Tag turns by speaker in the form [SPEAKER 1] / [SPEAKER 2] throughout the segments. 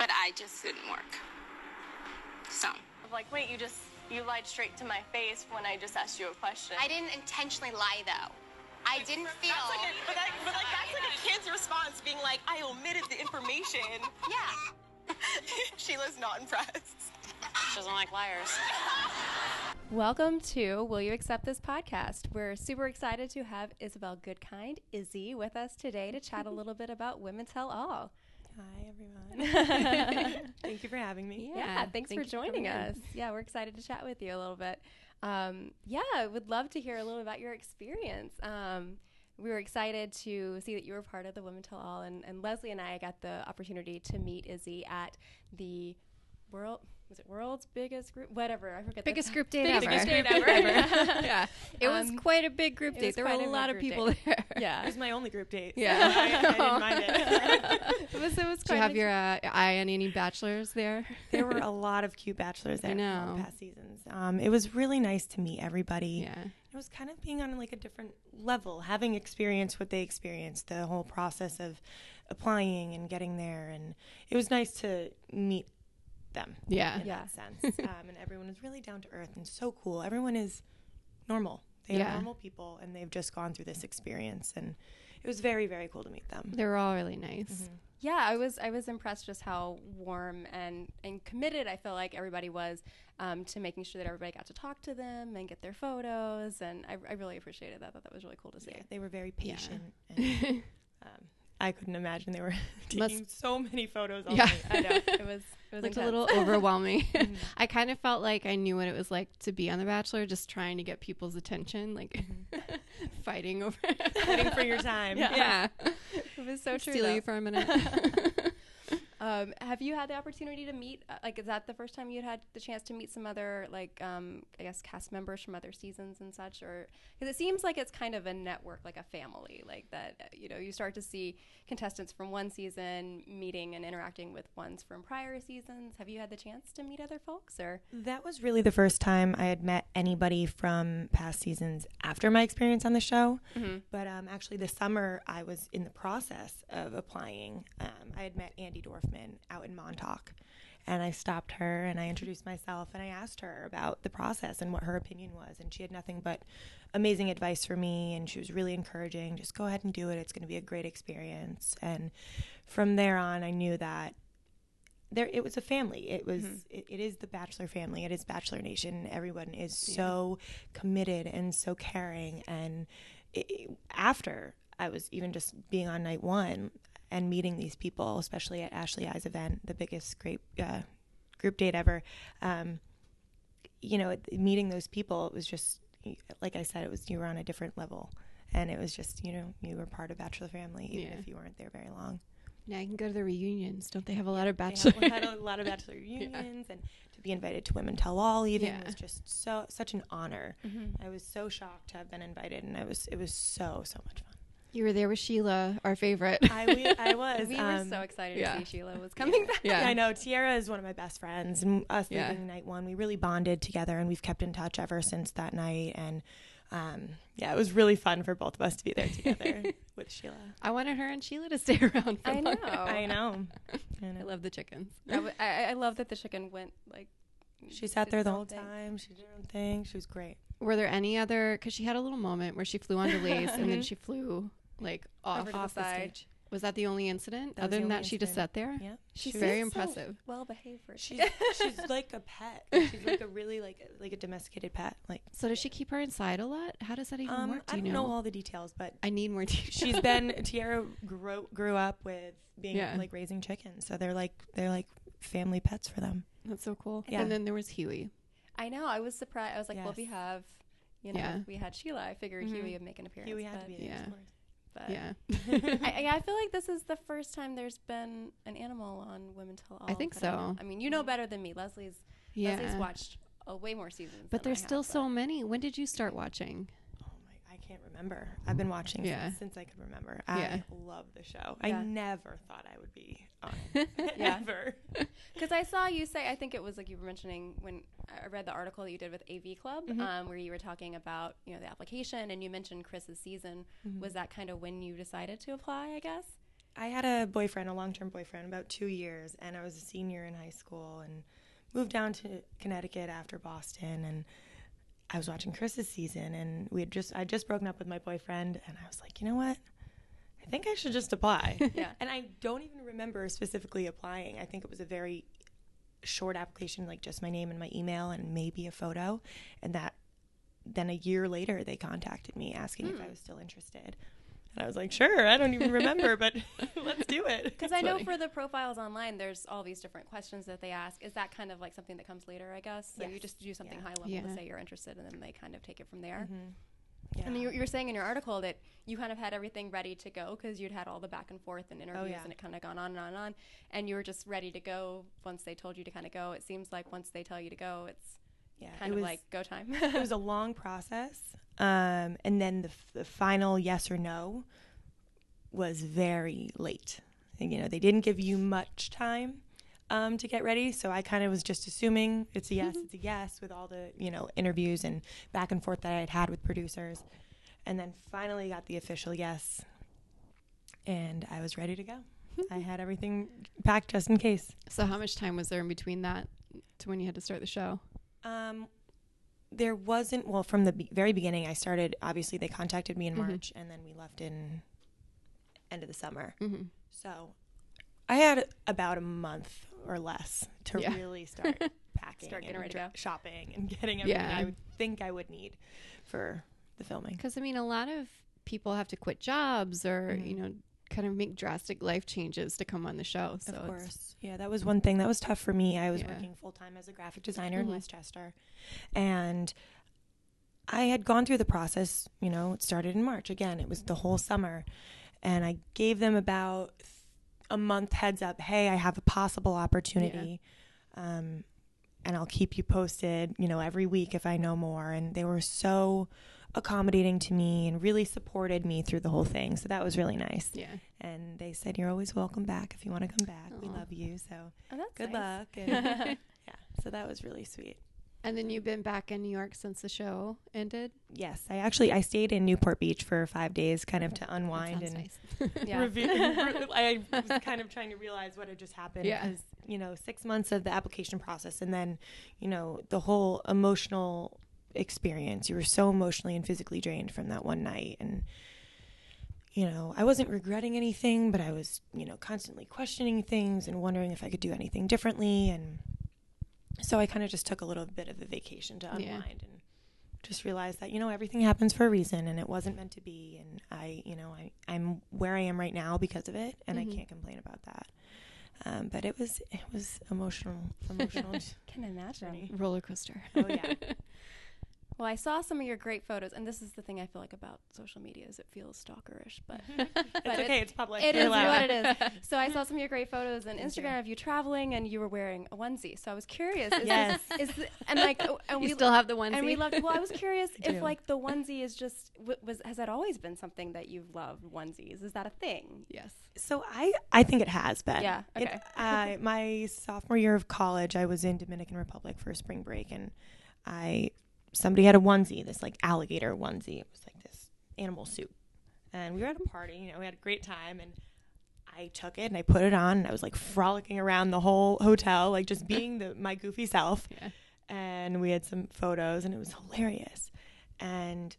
[SPEAKER 1] I just didn't work. So
[SPEAKER 2] I'm like, wait, you just you lied straight to my face when I just asked you a question.
[SPEAKER 1] I didn't intentionally lie though. I didn't feel.
[SPEAKER 3] That's like a, but, that, but like that's like a kid's response being like, I omitted the information.
[SPEAKER 1] yeah.
[SPEAKER 3] Sheila's not impressed.
[SPEAKER 4] She doesn't like liars.
[SPEAKER 5] Welcome to Will You Accept This Podcast. We're super excited to have Isabel Goodkind, Izzy, with us today to chat a little bit about Women Tell All.
[SPEAKER 6] Hi, everyone. Thank you for having me.
[SPEAKER 5] Yeah, thanks for joining us. Yeah, we're excited to chat with you a little bit. Um, yeah, I would love to hear a little about your experience. Um, we were excited to see that you were part of the Women Tell All, and, and Leslie and I got the opportunity to meet Izzy at the world was it world's biggest group whatever I forget the-
[SPEAKER 7] biggest group date ever. yeah, it was
[SPEAKER 5] Um,
[SPEAKER 7] quite a big group
[SPEAKER 5] it was
[SPEAKER 7] date. There were
[SPEAKER 5] quite a
[SPEAKER 7] a
[SPEAKER 5] big
[SPEAKER 7] lot of
[SPEAKER 5] group
[SPEAKER 7] people
[SPEAKER 5] date.
[SPEAKER 7] there.
[SPEAKER 5] yeah
[SPEAKER 6] It was my only group date. so
[SPEAKER 7] Yeah.
[SPEAKER 6] I, I didn't mind it.
[SPEAKER 5] it was it was
[SPEAKER 7] Did
[SPEAKER 5] quite
[SPEAKER 7] you have
[SPEAKER 5] an
[SPEAKER 7] your uh, eye on any bachelors there?
[SPEAKER 6] there were a lot of cute bachelors there
[SPEAKER 7] know.
[SPEAKER 6] from past seasons. Um, it was really nice to meet everybody.
[SPEAKER 7] Yeah.
[SPEAKER 6] It was kind of being on like a different level, having experienced what they experienced, the whole process of applying and getting there, and it was nice to meet them.
[SPEAKER 7] Yeah.
[SPEAKER 6] in that sense. um, and everyone is really down to earth and so cool. Everyone is normal. They
[SPEAKER 7] Yeah.
[SPEAKER 6] are normal people, and they've just gone through this experience, and it was very, very cool to meet them.
[SPEAKER 7] They were all really nice.
[SPEAKER 5] Yeah, I was I was impressed just how warm and and committed I felt like everybody was um, to making sure that everybody got to talk to them and get their photos, and I, I really appreciated that. I thought that was really cool to see.
[SPEAKER 6] Yeah, they were very patient. And, um, I couldn't imagine they were taking so many photos. All
[SPEAKER 7] Yeah.
[SPEAKER 6] night. I know.
[SPEAKER 5] It was it was
[SPEAKER 7] Looked a
[SPEAKER 5] intense.
[SPEAKER 7] little overwhelming. I kind of felt like I knew what it was like to be on The Bachelor, just trying to get people's attention, like fighting over
[SPEAKER 6] Fighting for your time.
[SPEAKER 7] yeah.
[SPEAKER 5] It was so true.
[SPEAKER 7] Steal you
[SPEAKER 5] though.
[SPEAKER 7] for a minute.
[SPEAKER 5] Um, have you had the opportunity to meet? uh, Like, is that the first time you'd had the chance to meet some other like um, I guess cast members from other seasons and such? Or because it seems like it's kind of a network, like a family, like that. uh, You know, you start to see contestants from one season meeting and interacting with ones from prior seasons. Have you had the chance to meet other folks? Or
[SPEAKER 6] That was really the first time I had met anybody from past seasons after my experience on the show. But um, actually, this summer I was in the process of applying. Um, I had met Andy Dorfman out in Montauk, and I stopped her and I introduced myself and I asked her about the process and what her opinion was. And she had nothing but amazing advice for me, and she was really encouraging. Just go ahead and do it. It's going to be a great experience. And from there on, I knew that there it was a family it was it, it is the bachelor family it is bachelor nation everyone is so committed and so caring and i i- after i was even just being on night one and meeting these people especially at ashley eyes event the biggest great uh, group date ever um, you know it- meeting those people it was just like i said it was you were on a different level and it was just you know you were part of bachelor family even
[SPEAKER 7] Yeah.
[SPEAKER 6] if you weren't there very long
[SPEAKER 7] yeah, I can go to the reunions. Don't they have a lot of
[SPEAKER 6] they
[SPEAKER 7] bachelor?
[SPEAKER 6] had, had a lot of bachelor reunions and to be invited to women tell all even
[SPEAKER 7] Yeah. Mm-hmm.
[SPEAKER 6] was just so such an honor i was so shocked to have been invited and i was it was so so much fun
[SPEAKER 7] You were there with Sheila, our favorite.
[SPEAKER 6] i, we, I was
[SPEAKER 5] we were
[SPEAKER 6] um,
[SPEAKER 5] so excited
[SPEAKER 7] yeah.
[SPEAKER 5] to see Sheila was coming back.
[SPEAKER 7] yeah.
[SPEAKER 6] I know. Tiara is one of my best friends, and us
[SPEAKER 7] Yeah.
[SPEAKER 6] leaving night one, we really bonded together, and we've kept in touch ever since that night. And um, yeah, it was really fun for both of us to be there together with Sheila.
[SPEAKER 7] I wanted her and Sheila to stay around for
[SPEAKER 5] I know.
[SPEAKER 7] longer.
[SPEAKER 6] I know. I
[SPEAKER 7] I
[SPEAKER 6] know.
[SPEAKER 7] love the chickens.
[SPEAKER 5] That wa- I, I love that the chicken went like
[SPEAKER 6] She sat
[SPEAKER 5] did
[SPEAKER 6] there the
[SPEAKER 5] her
[SPEAKER 6] whole
[SPEAKER 5] own thing.
[SPEAKER 6] time. She did her own thing. She was great.
[SPEAKER 7] Were there any other? Because she had a little moment where she flew onto Lace and
[SPEAKER 6] Mm-hmm.
[SPEAKER 7] then she flew like off,
[SPEAKER 5] Over to the
[SPEAKER 7] off
[SPEAKER 5] side.
[SPEAKER 7] stage. Was that the only incident?
[SPEAKER 6] That was
[SPEAKER 7] other
[SPEAKER 6] the
[SPEAKER 7] than that,
[SPEAKER 6] only
[SPEAKER 7] she just
[SPEAKER 6] incident.
[SPEAKER 7] sat there.
[SPEAKER 6] Yeah.
[SPEAKER 7] She's
[SPEAKER 5] She
[SPEAKER 7] very
[SPEAKER 5] was so
[SPEAKER 7] impressive.
[SPEAKER 5] well behaved for a
[SPEAKER 6] She's
[SPEAKER 5] chicken.
[SPEAKER 6] she's like a pet. Like, She's like a really like a- like a domesticated pet. Like
[SPEAKER 7] So does she keep her inside a lot? How does that even
[SPEAKER 6] um,
[SPEAKER 7] work? Do
[SPEAKER 6] I
[SPEAKER 7] you
[SPEAKER 6] don't
[SPEAKER 7] know?
[SPEAKER 6] know? all the details, but
[SPEAKER 7] I need more details.
[SPEAKER 6] she's been Tiara grew grew up with being
[SPEAKER 7] Yeah.
[SPEAKER 6] like raising chickens, so they're like they're like family pets for them.
[SPEAKER 7] That's so cool.
[SPEAKER 6] Yeah.
[SPEAKER 7] And then there was Huey.
[SPEAKER 5] I know. I was surprised. I was like, well, we
[SPEAKER 6] Yes.
[SPEAKER 5] have, you know,
[SPEAKER 7] Yeah.
[SPEAKER 5] we had Sheila. I figured Huey would make an appearance.
[SPEAKER 6] Huey Mm-hmm. had
[SPEAKER 5] but,
[SPEAKER 6] to be there.
[SPEAKER 7] Yeah.
[SPEAKER 6] of course. Uh,
[SPEAKER 5] But
[SPEAKER 7] Yeah.
[SPEAKER 5] I, I- I feel like this is the first time there's been an animal on Women Tell All.
[SPEAKER 7] think
[SPEAKER 5] that I know.
[SPEAKER 7] so.
[SPEAKER 5] I, mean, you
[SPEAKER 6] Mm-hmm.
[SPEAKER 5] know better than me. Leslie's Leslie's
[SPEAKER 7] yeah.
[SPEAKER 5] watched uh, way more seasons.
[SPEAKER 7] But
[SPEAKER 5] than I
[SPEAKER 7] there's
[SPEAKER 5] have,
[SPEAKER 7] still
[SPEAKER 5] but-
[SPEAKER 7] so many. When did you start watching?
[SPEAKER 6] Oh my, I can't remember. I've been watching
[SPEAKER 7] Yeah.
[SPEAKER 6] since, since I could remember. I
[SPEAKER 7] Yeah.
[SPEAKER 6] love the show.
[SPEAKER 5] Yeah.
[SPEAKER 6] I never thought I would be on it.
[SPEAKER 5] Yeah.
[SPEAKER 6] Ever.
[SPEAKER 5] Because I saw you say, I think it was like you were mentioning when I read the article that you did with AV Club,
[SPEAKER 6] Mm-hmm.
[SPEAKER 5] um, where you were talking about you
[SPEAKER 6] Mm-hmm.
[SPEAKER 5] know the application, and you mentioned Chris's season. Was that kind of when you decided to apply? I guess.
[SPEAKER 6] I had a boyfriend, a long term boyfriend, about two years, and I was a senior in high school and moved down to Connecticut after Boston. And I was watching Chris's season, and we had just I just broken up with my boyfriend, and I was like, you know what? I think I should just apply.
[SPEAKER 5] Yeah.
[SPEAKER 6] And I don't even remember specifically applying. I think it was a very short application, like just my name and my email, and maybe a photo, and that then a year later they contacted me asking if
[SPEAKER 5] Hmm.
[SPEAKER 6] I was still interested. And I was like, sure, I don't even remember, but let's do it.
[SPEAKER 5] Because I know for the profiles online, there's all these different questions that they ask. Is that kind of like something that comes later? I guess. So you
[SPEAKER 6] Yes.
[SPEAKER 5] just do something high level
[SPEAKER 7] Yeah.
[SPEAKER 5] to say you're interested, and then they kind of take it from there.
[SPEAKER 6] Mm-hmm. Yeah.
[SPEAKER 5] And you, you were saying in your article that you kind of had everything ready to go because you'd had all the back and forth and interviews,
[SPEAKER 6] Oh, yeah.
[SPEAKER 5] and it kind of gone on and on and on. And you were just ready to go once they told you to kind of go. It seems like once they tell you to go, it's
[SPEAKER 6] yeah,
[SPEAKER 5] kind
[SPEAKER 6] it
[SPEAKER 5] of
[SPEAKER 6] was,
[SPEAKER 5] like go time.
[SPEAKER 6] it was a long process, um, and then the, f- the final yes or no was very late. And, you know, they didn't give you much time um, to get ready, so I kind of was just assuming it's a yes, it's a yes, with all the you know interviews and back and forth that I'd had with producers, and then finally got the official yes, and I was ready to go. I had everything packed just in case.
[SPEAKER 7] So how much time was there in between that to when you had to start the show?
[SPEAKER 6] Um, there wasn't. Well, from the be- very beginning, I started. Obviously, they contacted me in
[SPEAKER 5] Mm-hmm.
[SPEAKER 6] March, and then we left in end of the summer. So I had about a month or less to
[SPEAKER 7] Yeah.
[SPEAKER 6] really start packing,
[SPEAKER 5] Start getting
[SPEAKER 6] and
[SPEAKER 5] ready to
[SPEAKER 6] dr-
[SPEAKER 5] go.
[SPEAKER 6] shopping, and getting everything
[SPEAKER 7] Yeah.
[SPEAKER 6] I would think I would need for the filming.
[SPEAKER 7] Because I mean, a lot of people have to quit jobs or
[SPEAKER 6] Mm-hmm.
[SPEAKER 7] you know kind of make drastic life changes to come on the show. So
[SPEAKER 6] of
[SPEAKER 7] it's-
[SPEAKER 6] course. Yeah, that was one thing that was tough for me. I was
[SPEAKER 7] Yeah. Mm-hmm.
[SPEAKER 6] working full time as a graphic designer in Westchester. And I had gone through the process, you know, it started in March. Again, it was the whole summer. And I gave them about a month heads up hey, I have a possible opportunity. Um, and I'll keep you posted, you know, every week if I know more. And they were so accommodating to me and really supported me through the whole thing. So that was really nice
[SPEAKER 7] yeah.
[SPEAKER 6] and they said you're always welcome back if you want to come back. We
[SPEAKER 7] Aw.
[SPEAKER 6] love you. So
[SPEAKER 5] Oh, that's
[SPEAKER 6] good
[SPEAKER 5] nice.
[SPEAKER 6] luck. And yeah, so that was really sweet.
[SPEAKER 7] And then you've been back in New York since the show ended.
[SPEAKER 6] Yes, I actually I stayed in Newport Beach for five days, kind of to
[SPEAKER 7] That
[SPEAKER 6] unwind
[SPEAKER 7] sounds
[SPEAKER 6] and
[SPEAKER 7] nice.
[SPEAKER 5] Yeah.
[SPEAKER 6] review. I was kind of trying to realize what had just happened.
[SPEAKER 7] Yeah.
[SPEAKER 6] because, you know, six months of the application process, and then you know the whole emotional experience. You were so emotionally and physically drained from that one night, and you know, I wasn't regretting anything, but I was, you know, constantly questioning things and wondering if I could do anything differently. And so I kind of just took a little bit of a vacation to unwind and just realized that, you know, everything happens for a reason and it wasn't meant to be. And I, you know, I, I'm where I am right now because of it. And
[SPEAKER 5] Mm-hmm.
[SPEAKER 6] I can't complain about that. Um, but it was, it was emotional, emotional.
[SPEAKER 5] Can imagine.
[SPEAKER 7] Roller coaster.
[SPEAKER 6] oh yeah.
[SPEAKER 5] Well, I saw some of your great photos, and this is the thing I feel like about social media is it feels stalkerish, but
[SPEAKER 6] It's okay. It's public.
[SPEAKER 5] It
[SPEAKER 6] You're
[SPEAKER 5] is
[SPEAKER 6] allowed.
[SPEAKER 5] what it is. So I saw some of your great photos on Instagram of you traveling, and you were wearing a onesie. So I was curious. Is
[SPEAKER 6] Yes.
[SPEAKER 5] This, is th- and like, oh, and
[SPEAKER 7] You
[SPEAKER 5] we
[SPEAKER 7] still have the onesie?
[SPEAKER 5] And we loved. Well, I was curious if
[SPEAKER 6] do.
[SPEAKER 5] like the onesie is just w- was has that always been something that you've loved onesies? Is that a thing?
[SPEAKER 7] Yes.
[SPEAKER 6] So I I think it has been.
[SPEAKER 5] Yeah,
[SPEAKER 6] It-
[SPEAKER 5] okay.
[SPEAKER 6] I- my sophomore year of college, I was in Dominican Republic for a spring break, and I somebody had a onesie, this like alligator onesie. It was like this animal suit, and we were at a party. You know, we had a great time, and I took it and I put it on, and I was like frolicking around the whole hotel, like just being the my goofy self. And we had some photos, and it was hilarious. And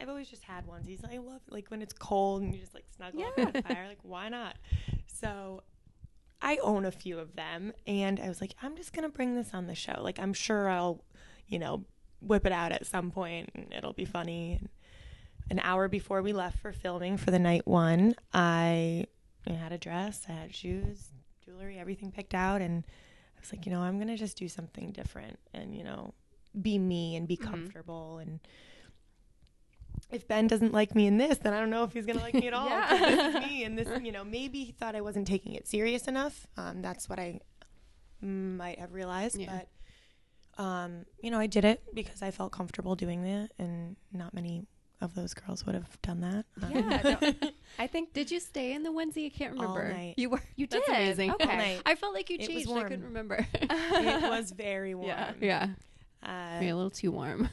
[SPEAKER 6] I've always just had onesies. I love like when it's cold and you just like snuggle up by the fire. Like why not? So I own a few of them, and I was like, I'm just gonna bring this on the show. Like I'm sure I'll, you know, whip it out at some point, and it'll be funny. And an hour before we left for filming for the night one, I I had a dress, I had shoes, jewelry, everything picked out, and I was like, you know, I'm gonna just do something different, and you know, be me and be comfortable and if Ben doesn't like me in this, then I don't know if he's gonna like me at all. 'cause this is me, and this, you know, maybe he thought I wasn't taking it serious enough. Um, that's what I might have realized,
[SPEAKER 7] Yeah.
[SPEAKER 6] but um, you know, I did it because I felt comfortable doing that, and not many of those girls would have done that. Um,
[SPEAKER 5] Yeah. no, I think
[SPEAKER 7] Did you stay in the onesie? I can't
[SPEAKER 6] All
[SPEAKER 7] remember.
[SPEAKER 6] night.
[SPEAKER 7] You were.
[SPEAKER 5] you did.
[SPEAKER 7] That's amazing.
[SPEAKER 5] Okay.
[SPEAKER 6] night.
[SPEAKER 7] I felt like you
[SPEAKER 6] It was
[SPEAKER 7] changed. I couldn't
[SPEAKER 6] warm.
[SPEAKER 7] remember.
[SPEAKER 6] it was very warm.
[SPEAKER 7] yeah.
[SPEAKER 6] Uh,
[SPEAKER 7] Maybe a little too warm.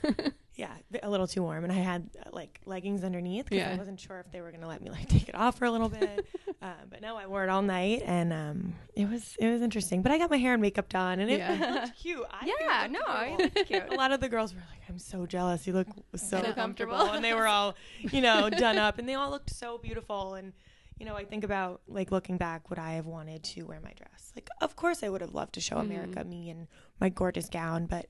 [SPEAKER 6] yeah, th- a little too warm, and I had uh, like leggings underneath because I
[SPEAKER 7] Yeah.
[SPEAKER 6] wasn't sure if they were gonna let me like take it off for a little bit. um, but no, I wore it all night, and um, it was it was interesting. But I got my hair and makeup done, and it
[SPEAKER 7] Yeah.
[SPEAKER 6] looked cute. I think it
[SPEAKER 5] yeah,
[SPEAKER 6] looked
[SPEAKER 5] no, I
[SPEAKER 6] adorable.
[SPEAKER 5] that's cute.
[SPEAKER 6] a lot of the girls were like, "I'm so jealous. You look so
[SPEAKER 7] So
[SPEAKER 6] comfortable,"
[SPEAKER 7] comfortable.
[SPEAKER 6] and they were all, you know, done up, and they all looked so beautiful. And you know, I think about like looking back, would I have wanted to wear my dress? Like, of course, I would have loved to show America me and my gorgeous gown, but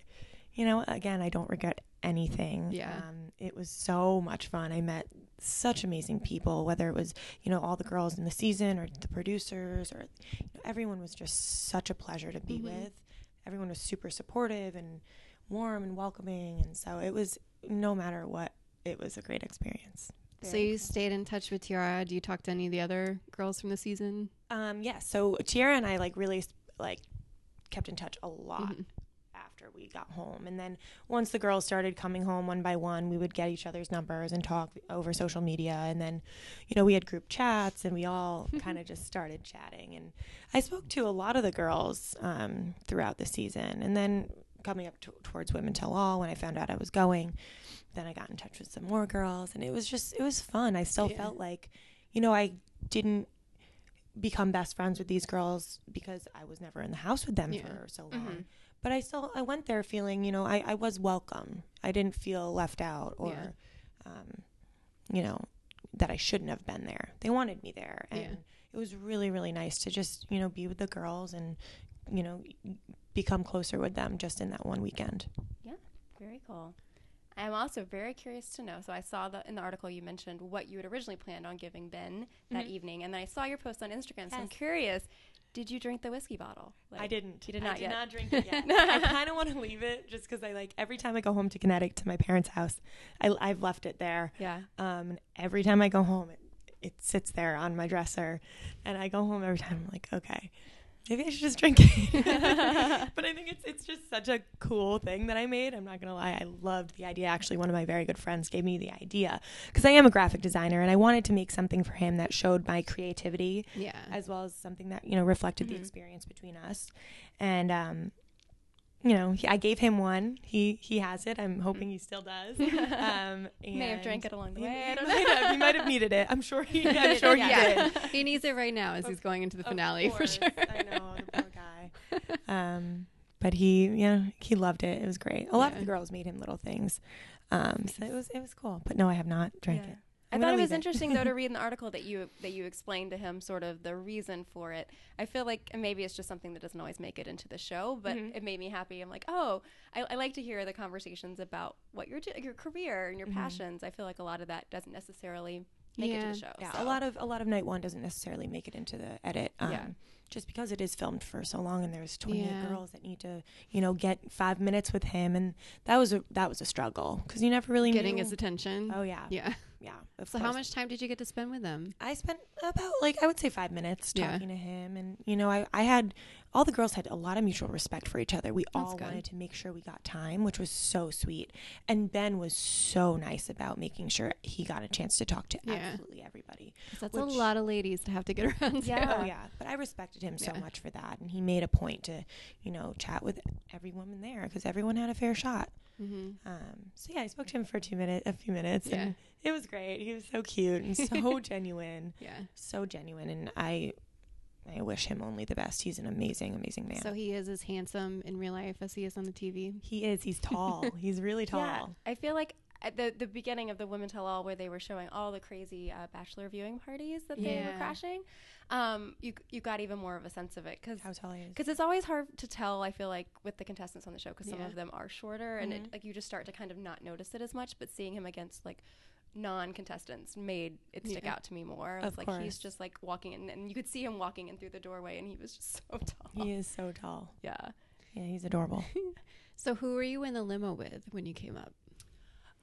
[SPEAKER 6] you know, again, I don't regret anything.
[SPEAKER 7] Yeah.
[SPEAKER 6] um, it was so much fun. I met such amazing people, whether it was you know all the girls in the season or the producers or you know, everyone was just such a pleasure to be with. Everyone was super supportive and warm and welcoming, and so it was no matter what, it was a great experience.
[SPEAKER 7] so you stayed in touch with Tiara. Do you talk to any of the other girls from the season?
[SPEAKER 6] Um, yeah, so Tiara and I like really like kept in touch a lot after we got home, and then once the girls started coming home one by one, we would get each other's numbers and talk over social media, and then you know we had group chats, and we all kind of just started chatting, and I spoke to a lot of the girls um, throughout the season, and then coming up t- towards Women Tell All when I found out I was going, then I got in touch with some more girls, and it was just it was fun. I still felt like you know I didn't become best friends with these girls because I was never in the house with them for so long. But I still I went there feeling, you know, I, I was welcome. I didn't feel left out or
[SPEAKER 7] Yeah.
[SPEAKER 6] um, you know, that I shouldn't have been there. They wanted me there. And
[SPEAKER 7] Yeah.
[SPEAKER 6] it was really, really nice to just, you know, be with the girls and, you know, become closer with them just in that one weekend.
[SPEAKER 5] Very cool. I'm also very curious to know. So I saw the, in the article you mentioned what you had originally planned on giving Ben that
[SPEAKER 6] Mm-hmm.
[SPEAKER 5] evening, and then I saw your post on Instagram. So I'm curious. Did you drink the whiskey bottle?
[SPEAKER 6] I
[SPEAKER 5] Like,
[SPEAKER 6] didn't.
[SPEAKER 5] You did not
[SPEAKER 6] I
[SPEAKER 5] yet.
[SPEAKER 6] did not drink it yet. I kind of want to leave it just because I like every time I go home to Connecticut to my parents' house, I, I've left it there.
[SPEAKER 5] Yeah.
[SPEAKER 6] Um, and every time I go home, it, it sits there on my dresser, and I go home every time. I'm like, okay, maybe I should just drink it. but I think it's it's just such a cool thing that I made. I'm not gonna lie, I loved the idea. Actually, one of my very good friends gave me the idea because I am a graphic designer, and I wanted to make something for him that showed my creativity
[SPEAKER 7] Yeah.
[SPEAKER 6] as well as something that you know reflected the experience between us and um you know he, i gave him one he he has it i'm hoping he still does um
[SPEAKER 5] May have drank
[SPEAKER 6] and
[SPEAKER 5] it along the
[SPEAKER 6] he,
[SPEAKER 5] way. I
[SPEAKER 6] he
[SPEAKER 5] don't
[SPEAKER 6] might have, he might have needed it i'm sure he i'm sure he did
[SPEAKER 7] he needs it right now as he's going into the
[SPEAKER 6] Of
[SPEAKER 7] finale for
[SPEAKER 6] course.
[SPEAKER 7] sure.
[SPEAKER 6] i know the poor guy um but he yeah he loved it it was great a lot of the girls made him little things um so it was it was cool but no i have not drank
[SPEAKER 5] Yeah.
[SPEAKER 6] it
[SPEAKER 5] I
[SPEAKER 6] I'm
[SPEAKER 5] thought
[SPEAKER 6] gonna
[SPEAKER 5] it was
[SPEAKER 6] leave
[SPEAKER 5] interesting though to read in the article that you that you explained to him sort of the reason for it. I feel like and maybe it's just something that doesn't always make it into the show, but
[SPEAKER 6] Mm-hmm.
[SPEAKER 5] it made me happy. I'm like, oh, I, I like to hear the conversations about what your do- your career and your passions. I feel like a lot of that doesn't necessarily make it to
[SPEAKER 7] Yeah.
[SPEAKER 5] the show.
[SPEAKER 6] Mm-hmm. Yeah,
[SPEAKER 5] so.
[SPEAKER 6] a lot of a lot of night one doesn't necessarily make it into the edit. Um,
[SPEAKER 5] Yeah.
[SPEAKER 6] Just because it is filmed for so long, and there's 28
[SPEAKER 7] Yeah.
[SPEAKER 6] girls that need to, you know, get five minutes with him, and that was a that was a struggle because you never really
[SPEAKER 7] Getting
[SPEAKER 6] knew.
[SPEAKER 7] his attention.
[SPEAKER 6] oh yeah, yeah.
[SPEAKER 7] Yeah.
[SPEAKER 6] of
[SPEAKER 7] So how
[SPEAKER 6] course.
[SPEAKER 7] much time did you get to spend with them?
[SPEAKER 6] I spent about like I would say five minutes
[SPEAKER 7] Yeah.
[SPEAKER 6] talking to him, and you know, I I had all the girls had a lot of mutual respect for each other. We all
[SPEAKER 7] good.
[SPEAKER 6] wanted to make sure we got time, which was so sweet. And Ben was so nice about making sure he got a chance to talk to
[SPEAKER 7] Yeah.
[SPEAKER 6] absolutely everybody.
[SPEAKER 7] That's a
[SPEAKER 6] which-
[SPEAKER 7] lot of ladies to have to get around. to.
[SPEAKER 5] Yeah.
[SPEAKER 6] Oh yeah, but I respected him so
[SPEAKER 7] Yeah.
[SPEAKER 6] much for that, and he made a point to, you know, chat with every woman there because everyone had a fair shot.
[SPEAKER 7] Mm-hmm.
[SPEAKER 6] Um, so yeah, I spoke to him for two minutes, a few minutes, and it was great. He was so cute and so genuine,
[SPEAKER 7] Yeah.
[SPEAKER 6] so genuine, and I, I wish him only the best. He's an amazing, amazing man.
[SPEAKER 7] So he is as handsome in real life as he is on the TV.
[SPEAKER 6] he is. He's tall. he's really tall.
[SPEAKER 5] I feel like at the the beginning of the Women Tell All, where they were showing all the crazy uh, bachelor viewing parties that they were
[SPEAKER 7] Yeah.
[SPEAKER 5] crashing, um, you you got even more of a sense of it because
[SPEAKER 6] How tall he is.
[SPEAKER 5] because it's always hard to tell i feel like with the contestants on the show because some
[SPEAKER 7] Yeah. Mm-hmm.
[SPEAKER 5] of them are shorter and it, like you just start to kind of not notice it as much but seeing him against like non-contestants made it stick out to me more it's
[SPEAKER 6] Of
[SPEAKER 5] like
[SPEAKER 6] course.
[SPEAKER 5] he's just like walking in and you could see him walking in through the doorway and he was just so tall
[SPEAKER 6] He is so tall.
[SPEAKER 5] yeah
[SPEAKER 6] Yeah, he's adorable.
[SPEAKER 7] So who were you in the limo with when you came up?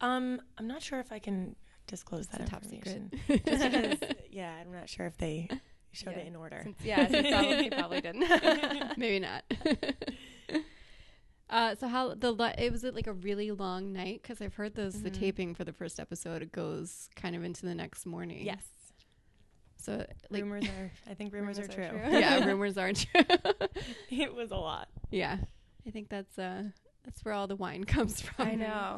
[SPEAKER 6] Um, I'm not sure if I can disclose that
[SPEAKER 7] a top
[SPEAKER 6] information. Just because, yeah, I'm not sure if they showed it in order.
[SPEAKER 5] yeah he probably, he probably didn't
[SPEAKER 7] Maybe not. uh, so how the li- it was it like a really long night because I've heard those
[SPEAKER 6] Mm-hmm.
[SPEAKER 7] the taping for the first episode it goes kind of into the next morning.
[SPEAKER 6] Yes,
[SPEAKER 7] So like
[SPEAKER 6] rumors are. I think rumors, are, true.
[SPEAKER 7] yeah, rumors aren't true.
[SPEAKER 6] it was a lot.
[SPEAKER 7] yeah, I think that's uh That's where all the wine comes from.
[SPEAKER 5] I know.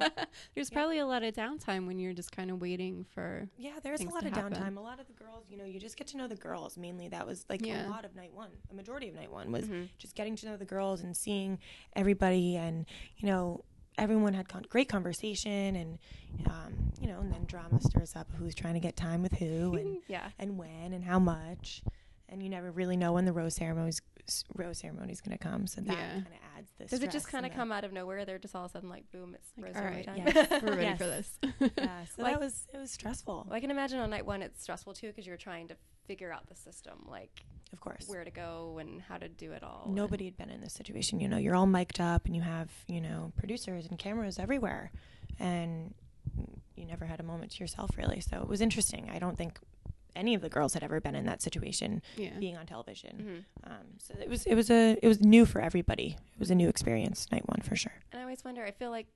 [SPEAKER 7] There's probably a lot of downtime when you're just kind of waiting for.
[SPEAKER 6] Yeah, there's a
[SPEAKER 7] things
[SPEAKER 6] lot
[SPEAKER 7] to
[SPEAKER 6] of
[SPEAKER 7] happen.
[SPEAKER 6] downtime. A lot of the girls, you know, you just get to know the girls mainly. That was like
[SPEAKER 7] Yeah. Mm-hmm.
[SPEAKER 6] a lot of night one. A majority of night one was just getting to know the girls and seeing everybody. And, you know, everyone had con- great conversation. And, um, you know, and then drama stirs up who's trying to get time with who and,
[SPEAKER 5] Yeah.
[SPEAKER 6] and when and how much. And you never really know when the rose ceremony's s- rose ceremony's going to come. So that
[SPEAKER 7] Yeah.
[SPEAKER 6] kind of adds this.
[SPEAKER 5] Does it just kind of come out of nowhere? They're just all of a sudden like, boom, it's
[SPEAKER 7] Like,
[SPEAKER 5] rose
[SPEAKER 7] all
[SPEAKER 5] ceremony
[SPEAKER 7] right,
[SPEAKER 5] time.
[SPEAKER 7] yes, we're ready for
[SPEAKER 6] Yes.
[SPEAKER 7] this.
[SPEAKER 6] Yeah, so
[SPEAKER 5] Like-
[SPEAKER 6] that was, it was stressful,
[SPEAKER 5] Well, I can imagine on night one it's stressful too because you're trying to figure out the system, like
[SPEAKER 6] of course.
[SPEAKER 5] where to go and how to do it all. and-
[SPEAKER 6] nobody had been in this situation. You know, you're all mic'd up and you have, you know, producers and cameras everywhere. And you never had a moment to yourself, really. So it was interesting. I don't think any of the girls had ever been in that situation
[SPEAKER 7] Yeah.
[SPEAKER 6] being on
[SPEAKER 5] Mm-hmm.
[SPEAKER 6] television. Um, so it was, it was a, it was new for everybody. It was a new experience, night one for sure.
[SPEAKER 5] And I always wonder, I feel like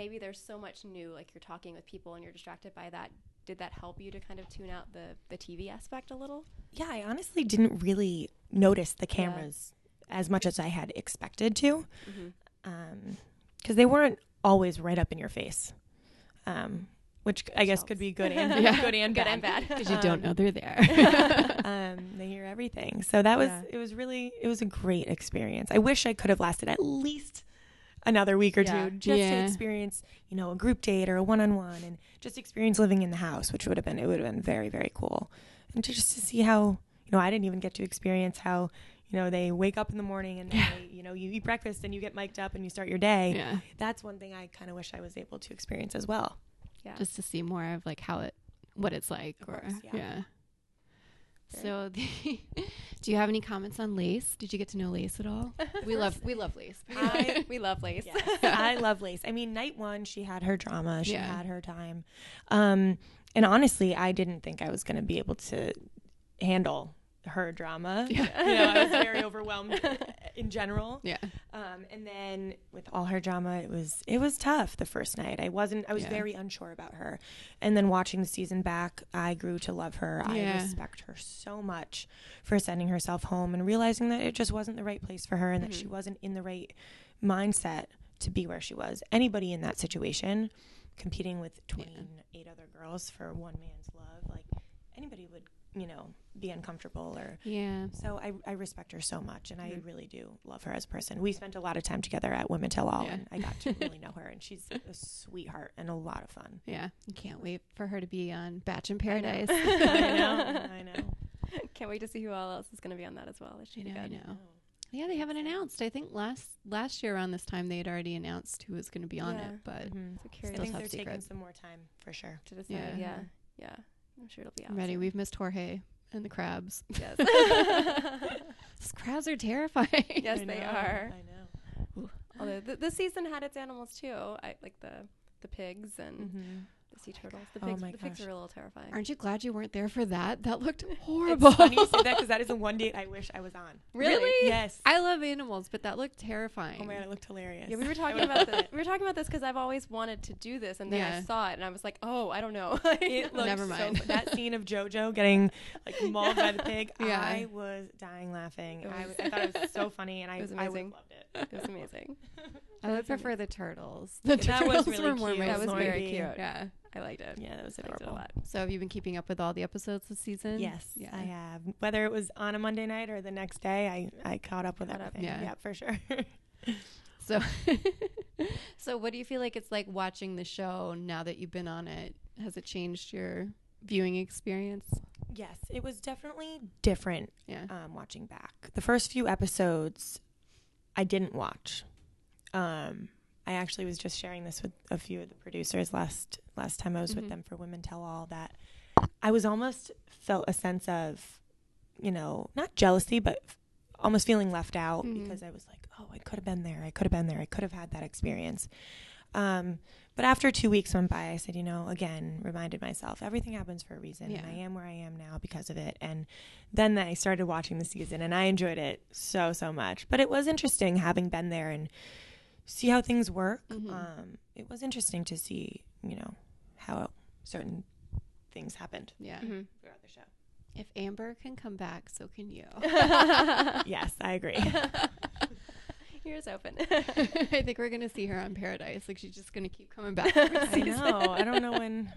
[SPEAKER 5] maybe there's so much new, like you're talking with people and you're distracted by that. Did that help you to kind of tune out the, the TV aspect a little?
[SPEAKER 6] Yeah, I honestly didn't really notice the cameras as much as I had expected to, because they weren't always right up in your face, um, which I guess could be good and good and
[SPEAKER 5] Good
[SPEAKER 6] bad.
[SPEAKER 5] and bad.
[SPEAKER 7] Because you don't know they're there.
[SPEAKER 6] um, they hear everything. So that was
[SPEAKER 7] Yeah.
[SPEAKER 6] it. Was really it was a great experience. I wish I could have lasted at least another week or
[SPEAKER 5] Yeah.
[SPEAKER 6] two just
[SPEAKER 7] Yeah.
[SPEAKER 6] to experience, you know, a group date or a one on one, and just experience living in the house, which would have been it would have been very very cool, and to, just to see how you know I didn't even get to experience how. You know, they wake up in the morning and they, you know, you eat breakfast and you get mic'd up and you start your day.
[SPEAKER 7] Yeah.
[SPEAKER 6] That's one thing I kind of wish I was able to experience as well.
[SPEAKER 7] just to see more of like how it what it's like or
[SPEAKER 6] course,
[SPEAKER 7] yeah,
[SPEAKER 6] yeah.
[SPEAKER 7] so the, do you have any comments on lace did you get to know lace at all we love we love lace
[SPEAKER 6] I
[SPEAKER 5] we love lace.
[SPEAKER 6] I love Lace. I mean, night one, she had her drama, she
[SPEAKER 7] Yeah.
[SPEAKER 6] had her time. Um, and honestly, I didn't think I was going to be able to handle her drama. You know, I was very overwhelmed in general.
[SPEAKER 7] yeah
[SPEAKER 6] Um, and then with all her drama, it was it was tough the first night. I wasn't I was
[SPEAKER 7] Yeah.
[SPEAKER 6] very unsure about her. And then watching the season back, I grew to love her.
[SPEAKER 7] Yeah.
[SPEAKER 6] I respect her so much for sending herself home and realizing that it just wasn't the right place for her and
[SPEAKER 7] Mm-hmm.
[SPEAKER 6] that she wasn't in the right mindset to be where she was. Anybody in that situation competing with 28 other girls for one man's love, like anybody would, you know, be uncomfortable or
[SPEAKER 7] yeah
[SPEAKER 6] so I, I respect her so much, and
[SPEAKER 5] Mm-hmm.
[SPEAKER 6] I really do love her as a person. We spent a lot of time together at Women Tell All,
[SPEAKER 7] Yeah.
[SPEAKER 6] and I got to really know her, and she's a sweetheart and a lot of fun.
[SPEAKER 7] yeah you can't wait for her to be on batch in paradise
[SPEAKER 6] I know, I know.
[SPEAKER 5] Can't wait to see who all else is going to be on that as well. That should
[SPEAKER 7] I
[SPEAKER 5] be
[SPEAKER 7] know, I
[SPEAKER 5] good.
[SPEAKER 7] know. yeah they haven't announced i think last last year around this time they had already announced who was going to be on
[SPEAKER 5] Yeah.
[SPEAKER 7] it but
[SPEAKER 5] So
[SPEAKER 6] Mm-hmm. I
[SPEAKER 5] curious
[SPEAKER 6] think
[SPEAKER 7] top
[SPEAKER 6] they're taking
[SPEAKER 7] secret.
[SPEAKER 6] some more time for sure.
[SPEAKER 5] to decide.
[SPEAKER 7] Yeah.
[SPEAKER 5] Yeah. yeah, I'm sure it'll be
[SPEAKER 7] i'm
[SPEAKER 5] awesome.
[SPEAKER 7] ready we've missed jorge and the crabs
[SPEAKER 5] yes,
[SPEAKER 7] Those crabs are terrifying
[SPEAKER 5] yes, they are.
[SPEAKER 6] I know.
[SPEAKER 5] Although th- this season had its animals too, I, like the the pigs and the sea turtles. The
[SPEAKER 6] Mm-hmm. Oh
[SPEAKER 5] pigs,
[SPEAKER 6] my
[SPEAKER 5] the pigs
[SPEAKER 6] gosh.
[SPEAKER 5] are a little terrifying.
[SPEAKER 7] aren't you glad you weren't there for that that looked horrible
[SPEAKER 6] It's funny you say that because that is the one date I wish I was on.
[SPEAKER 5] Really?
[SPEAKER 6] Yes.
[SPEAKER 7] I love animals, but that looked terrifying.
[SPEAKER 6] oh my god, it looked hilarious.
[SPEAKER 5] Yeah, we were talking about this. We were talking about this because I've always wanted to do this, and then
[SPEAKER 7] Yeah.
[SPEAKER 5] I saw it, and I was like, "Oh, I don't know."
[SPEAKER 6] It looked
[SPEAKER 7] Never
[SPEAKER 6] so-
[SPEAKER 7] mind.
[SPEAKER 6] that scene of JoJo getting like mauled by the pig,
[SPEAKER 7] Yeah.
[SPEAKER 6] I was dying laughing.
[SPEAKER 5] It
[SPEAKER 6] I,
[SPEAKER 5] was-
[SPEAKER 6] was, I thought it was so funny, and I,
[SPEAKER 5] It was
[SPEAKER 6] I would
[SPEAKER 5] amazing.
[SPEAKER 6] have loved it.
[SPEAKER 5] it was amazing.
[SPEAKER 7] I would prefer the turtles. The
[SPEAKER 6] that
[SPEAKER 7] turtles
[SPEAKER 6] was really
[SPEAKER 7] were more
[SPEAKER 6] cute.
[SPEAKER 7] my
[SPEAKER 5] That was
[SPEAKER 7] story.
[SPEAKER 5] very
[SPEAKER 6] Zombie.
[SPEAKER 5] cute.
[SPEAKER 7] Yeah.
[SPEAKER 5] I liked it.
[SPEAKER 6] Yeah, that was
[SPEAKER 5] I liked it a
[SPEAKER 6] adorable.
[SPEAKER 5] lot.
[SPEAKER 7] So have you been keeping up with all the episodes this season?
[SPEAKER 6] Yes,
[SPEAKER 7] Yeah.
[SPEAKER 6] I have. Whether it was on a Monday night or the next day, I, I caught up with
[SPEAKER 5] Caught up.
[SPEAKER 6] everything.
[SPEAKER 7] Yeah.
[SPEAKER 6] Yeah. for sure.
[SPEAKER 7] So So what do you feel like it's like watching the show now that you've been on it? Has it changed your viewing experience?
[SPEAKER 6] yes, it was definitely different
[SPEAKER 7] Yeah.
[SPEAKER 6] um, watching back. The first few episodes, I didn't watch. Um, I actually was just sharing this with a few of the producers last last time I was with them for Women Tell All that I was almost felt a sense of, you know, not jealousy, but f- almost feeling left out because I was like, oh, I could have been there. I could have been there. I could have had that experience. Um, but after two weeks went by, I said, you know, again, reminded myself everything happens for a reason.
[SPEAKER 7] Yeah.
[SPEAKER 6] And I am where I am now because of it. And then I started watching the season and I enjoyed it so, so much. But it was interesting having been there and see how things work.
[SPEAKER 7] Mm-hmm.
[SPEAKER 6] Um, it was interesting to see, you know, how certain things happened
[SPEAKER 7] Yeah.
[SPEAKER 6] throughout the show.
[SPEAKER 7] If Amber can come back, so can you.
[SPEAKER 6] yes, I agree.
[SPEAKER 5] You're is open.
[SPEAKER 7] I think we're gonna see her on Paradise. Like she's just gonna keep coming back. every
[SPEAKER 6] I
[SPEAKER 7] season.
[SPEAKER 6] know. I don't know when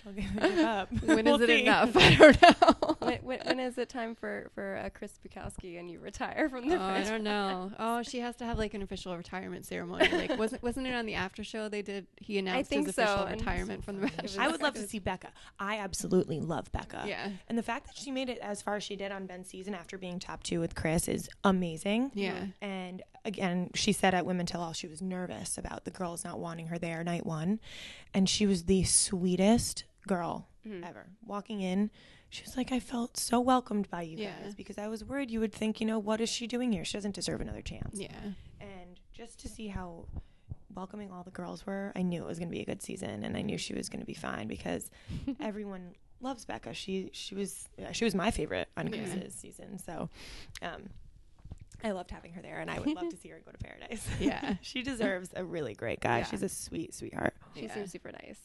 [SPEAKER 6] she'll give it up.
[SPEAKER 7] When is
[SPEAKER 6] We'll
[SPEAKER 7] it
[SPEAKER 6] see.
[SPEAKER 7] enough? I don't know.
[SPEAKER 5] when, when, when is it time for for uh, Chris Bukowski and you retire from the?
[SPEAKER 7] Oh, I
[SPEAKER 5] franchise?
[SPEAKER 7] don't know. Oh, she has to have like an official retirement ceremony. Like wasn't wasn't it on the after show they did? He announced
[SPEAKER 5] think
[SPEAKER 7] his
[SPEAKER 5] so,
[SPEAKER 7] official
[SPEAKER 5] and-
[SPEAKER 7] retirement from the Bachelor.
[SPEAKER 6] I would love to see Becca. I absolutely love Becca.
[SPEAKER 7] Yeah.
[SPEAKER 6] And the fact that she made it as far as she did on Ben's season after being top two with Chris is amazing.
[SPEAKER 7] Yeah.
[SPEAKER 6] And again, she said at Women Tell All she was nervous about the girls not wanting her there night one. And she was the sweetest girl
[SPEAKER 7] Mm-hmm.
[SPEAKER 6] ever. Walking in, she was like, I felt so welcomed by you
[SPEAKER 7] Yeah.
[SPEAKER 6] guys because I was worried you would think, you know, what is she doing here? She doesn't deserve another chance.
[SPEAKER 7] Yeah.
[SPEAKER 6] And just to see how welcoming all the girls were, I knew it was going to be a good season, and I knew she was going to be fine because everyone loves Becca. She she was yeah, she was my favorite on Chris's season, so um, I loved having her there, and I would love to see her go to Paradise.
[SPEAKER 7] Yeah.
[SPEAKER 6] she deserves a really great guy.
[SPEAKER 7] Yeah.
[SPEAKER 6] She's a sweet sweetheart.
[SPEAKER 5] She
[SPEAKER 7] Yeah.
[SPEAKER 5] seems super nice.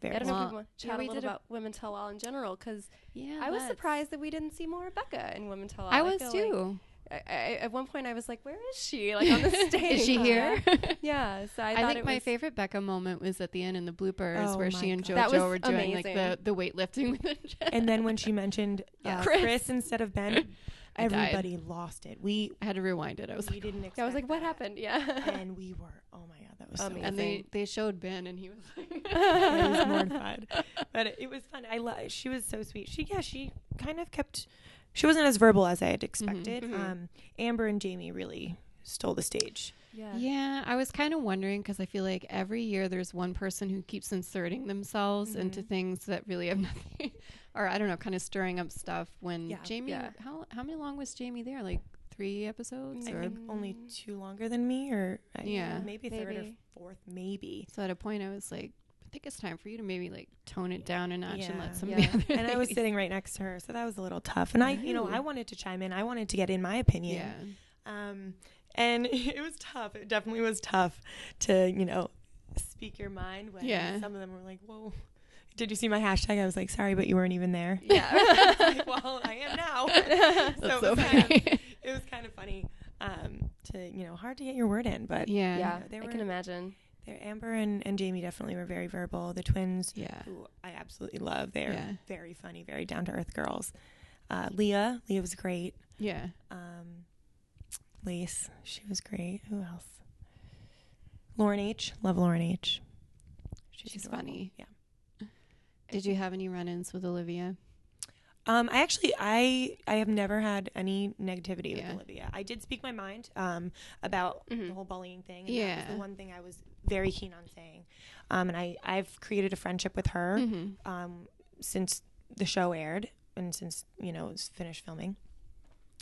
[SPEAKER 6] Very
[SPEAKER 5] I don't know if
[SPEAKER 7] Well,
[SPEAKER 5] we want to
[SPEAKER 7] yeah,
[SPEAKER 5] chat
[SPEAKER 7] we
[SPEAKER 5] a little
[SPEAKER 7] did a-
[SPEAKER 5] about women tell all in general because
[SPEAKER 7] Yeah.
[SPEAKER 5] I was
[SPEAKER 7] let's-
[SPEAKER 5] surprised that we didn't see more of Becca in women tell all.
[SPEAKER 7] I was
[SPEAKER 5] feel like-
[SPEAKER 7] too.
[SPEAKER 5] I, I, at one point, I was like, "Where is she? Like on the stage?
[SPEAKER 7] is she
[SPEAKER 5] Yeah.
[SPEAKER 7] here?
[SPEAKER 5] Yeah. So I,
[SPEAKER 7] I,
[SPEAKER 5] thought
[SPEAKER 7] think
[SPEAKER 5] it
[SPEAKER 7] my
[SPEAKER 5] was,
[SPEAKER 7] favorite Becca moment was at the end in the bloopers
[SPEAKER 6] Oh
[SPEAKER 7] where
[SPEAKER 6] my
[SPEAKER 7] she and
[SPEAKER 6] God.
[SPEAKER 7] JoJo
[SPEAKER 5] That was
[SPEAKER 7] were doing like the,
[SPEAKER 5] amazing.
[SPEAKER 7] the weightlifting with the
[SPEAKER 6] And then when she mentioned uh, Chris.
[SPEAKER 7] Chris.
[SPEAKER 6] instead of Ben,
[SPEAKER 7] I died.
[SPEAKER 6] everybody lost it. We
[SPEAKER 7] I had to rewind it. I was
[SPEAKER 6] we
[SPEAKER 7] like,
[SPEAKER 6] didn't expect.
[SPEAKER 5] I was like, "What
[SPEAKER 6] that.
[SPEAKER 5] happened?" Yeah.
[SPEAKER 6] And we were. Oh my god, that was so
[SPEAKER 5] Amazing.
[SPEAKER 7] and they, they showed Ben and he was like,
[SPEAKER 6] I was mortified. But it, it was fun. I love. She was so sweet. She yeah. She kind of kept. She wasn't as verbal as I
[SPEAKER 7] Mm-hmm,
[SPEAKER 6] had expected. Um, Amber and Jamie really stole the stage.
[SPEAKER 5] yeah.
[SPEAKER 7] Yeah, I was kind of wondering because I feel like every year there's one person who keeps inserting themselves
[SPEAKER 5] Mm-hmm.
[SPEAKER 7] into things that really have nothing, or I don't know, kind of stirring up stuff. When
[SPEAKER 6] Yeah.
[SPEAKER 7] Jamie,
[SPEAKER 5] Yeah.
[SPEAKER 7] how how many long was Jamie there? Like three episodes,
[SPEAKER 6] I
[SPEAKER 7] or
[SPEAKER 6] think only two longer than me, or I-
[SPEAKER 7] Yeah.
[SPEAKER 6] maybe third or
[SPEAKER 5] Maybe.
[SPEAKER 6] fourth, maybe.
[SPEAKER 7] so. At a point, I was like, I think it's time for you to maybe like tone it down a notch and
[SPEAKER 6] Yeah.
[SPEAKER 7] let some.
[SPEAKER 5] Yeah.
[SPEAKER 7] of the other
[SPEAKER 6] And I was
[SPEAKER 7] ladies-
[SPEAKER 6] sitting right next to her, so that was a little tough. And I, you know, I wanted to chime in. I wanted to get in my opinion.
[SPEAKER 7] Mm-hmm. yeah,
[SPEAKER 6] Um, and it was tough. It definitely was tough to, you know, speak your mind when
[SPEAKER 7] Yeah.
[SPEAKER 6] some of them were like, whoa. Did you see my hashtag? I was like, sorry, but you weren't even there.
[SPEAKER 5] Yeah.
[SPEAKER 6] like, well, I am now. so it, was
[SPEAKER 7] so
[SPEAKER 6] kind of,
[SPEAKER 7] funny.
[SPEAKER 6] it was kind of funny um, to, you know, hard to get your word in. But
[SPEAKER 7] yeah,
[SPEAKER 5] yeah.
[SPEAKER 6] They
[SPEAKER 5] I
[SPEAKER 6] were-
[SPEAKER 5] can imagine.
[SPEAKER 6] they're- Amber and, and Jamie definitely were very verbal. The twins,
[SPEAKER 7] Yeah.
[SPEAKER 6] who I absolutely love. They're
[SPEAKER 7] Yeah.
[SPEAKER 6] very funny, very down to earth girls. Uh, Leah, Leah was great.
[SPEAKER 7] yeah.
[SPEAKER 6] Um, Lace, she was great. Who else? Lauren H. Love Lauren H.
[SPEAKER 7] She's
[SPEAKER 6] adorable.
[SPEAKER 7] funny.
[SPEAKER 6] Yeah.
[SPEAKER 7] Did you have any run-ins with Olivia?
[SPEAKER 6] Um, I actually, I I have never had any negativity
[SPEAKER 7] Yeah. Mm-hmm.
[SPEAKER 6] with Olivia. I did speak my mind um, about the whole bullying thing. And that was
[SPEAKER 7] Yeah.
[SPEAKER 6] the one thing I was very keen on saying. Um, and I I've created a friendship with her
[SPEAKER 7] Mm-hmm.
[SPEAKER 6] um, since the show aired and since you know it was finished filming.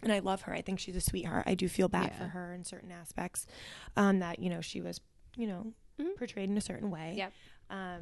[SPEAKER 6] And I love her. I think she's a sweetheart. I do feel bad for
[SPEAKER 7] Yeah.
[SPEAKER 6] her in certain aspects um, that you know she was you know
[SPEAKER 7] Mm-hmm.
[SPEAKER 6] portrayed in a certain way.
[SPEAKER 5] Yep.
[SPEAKER 6] Um,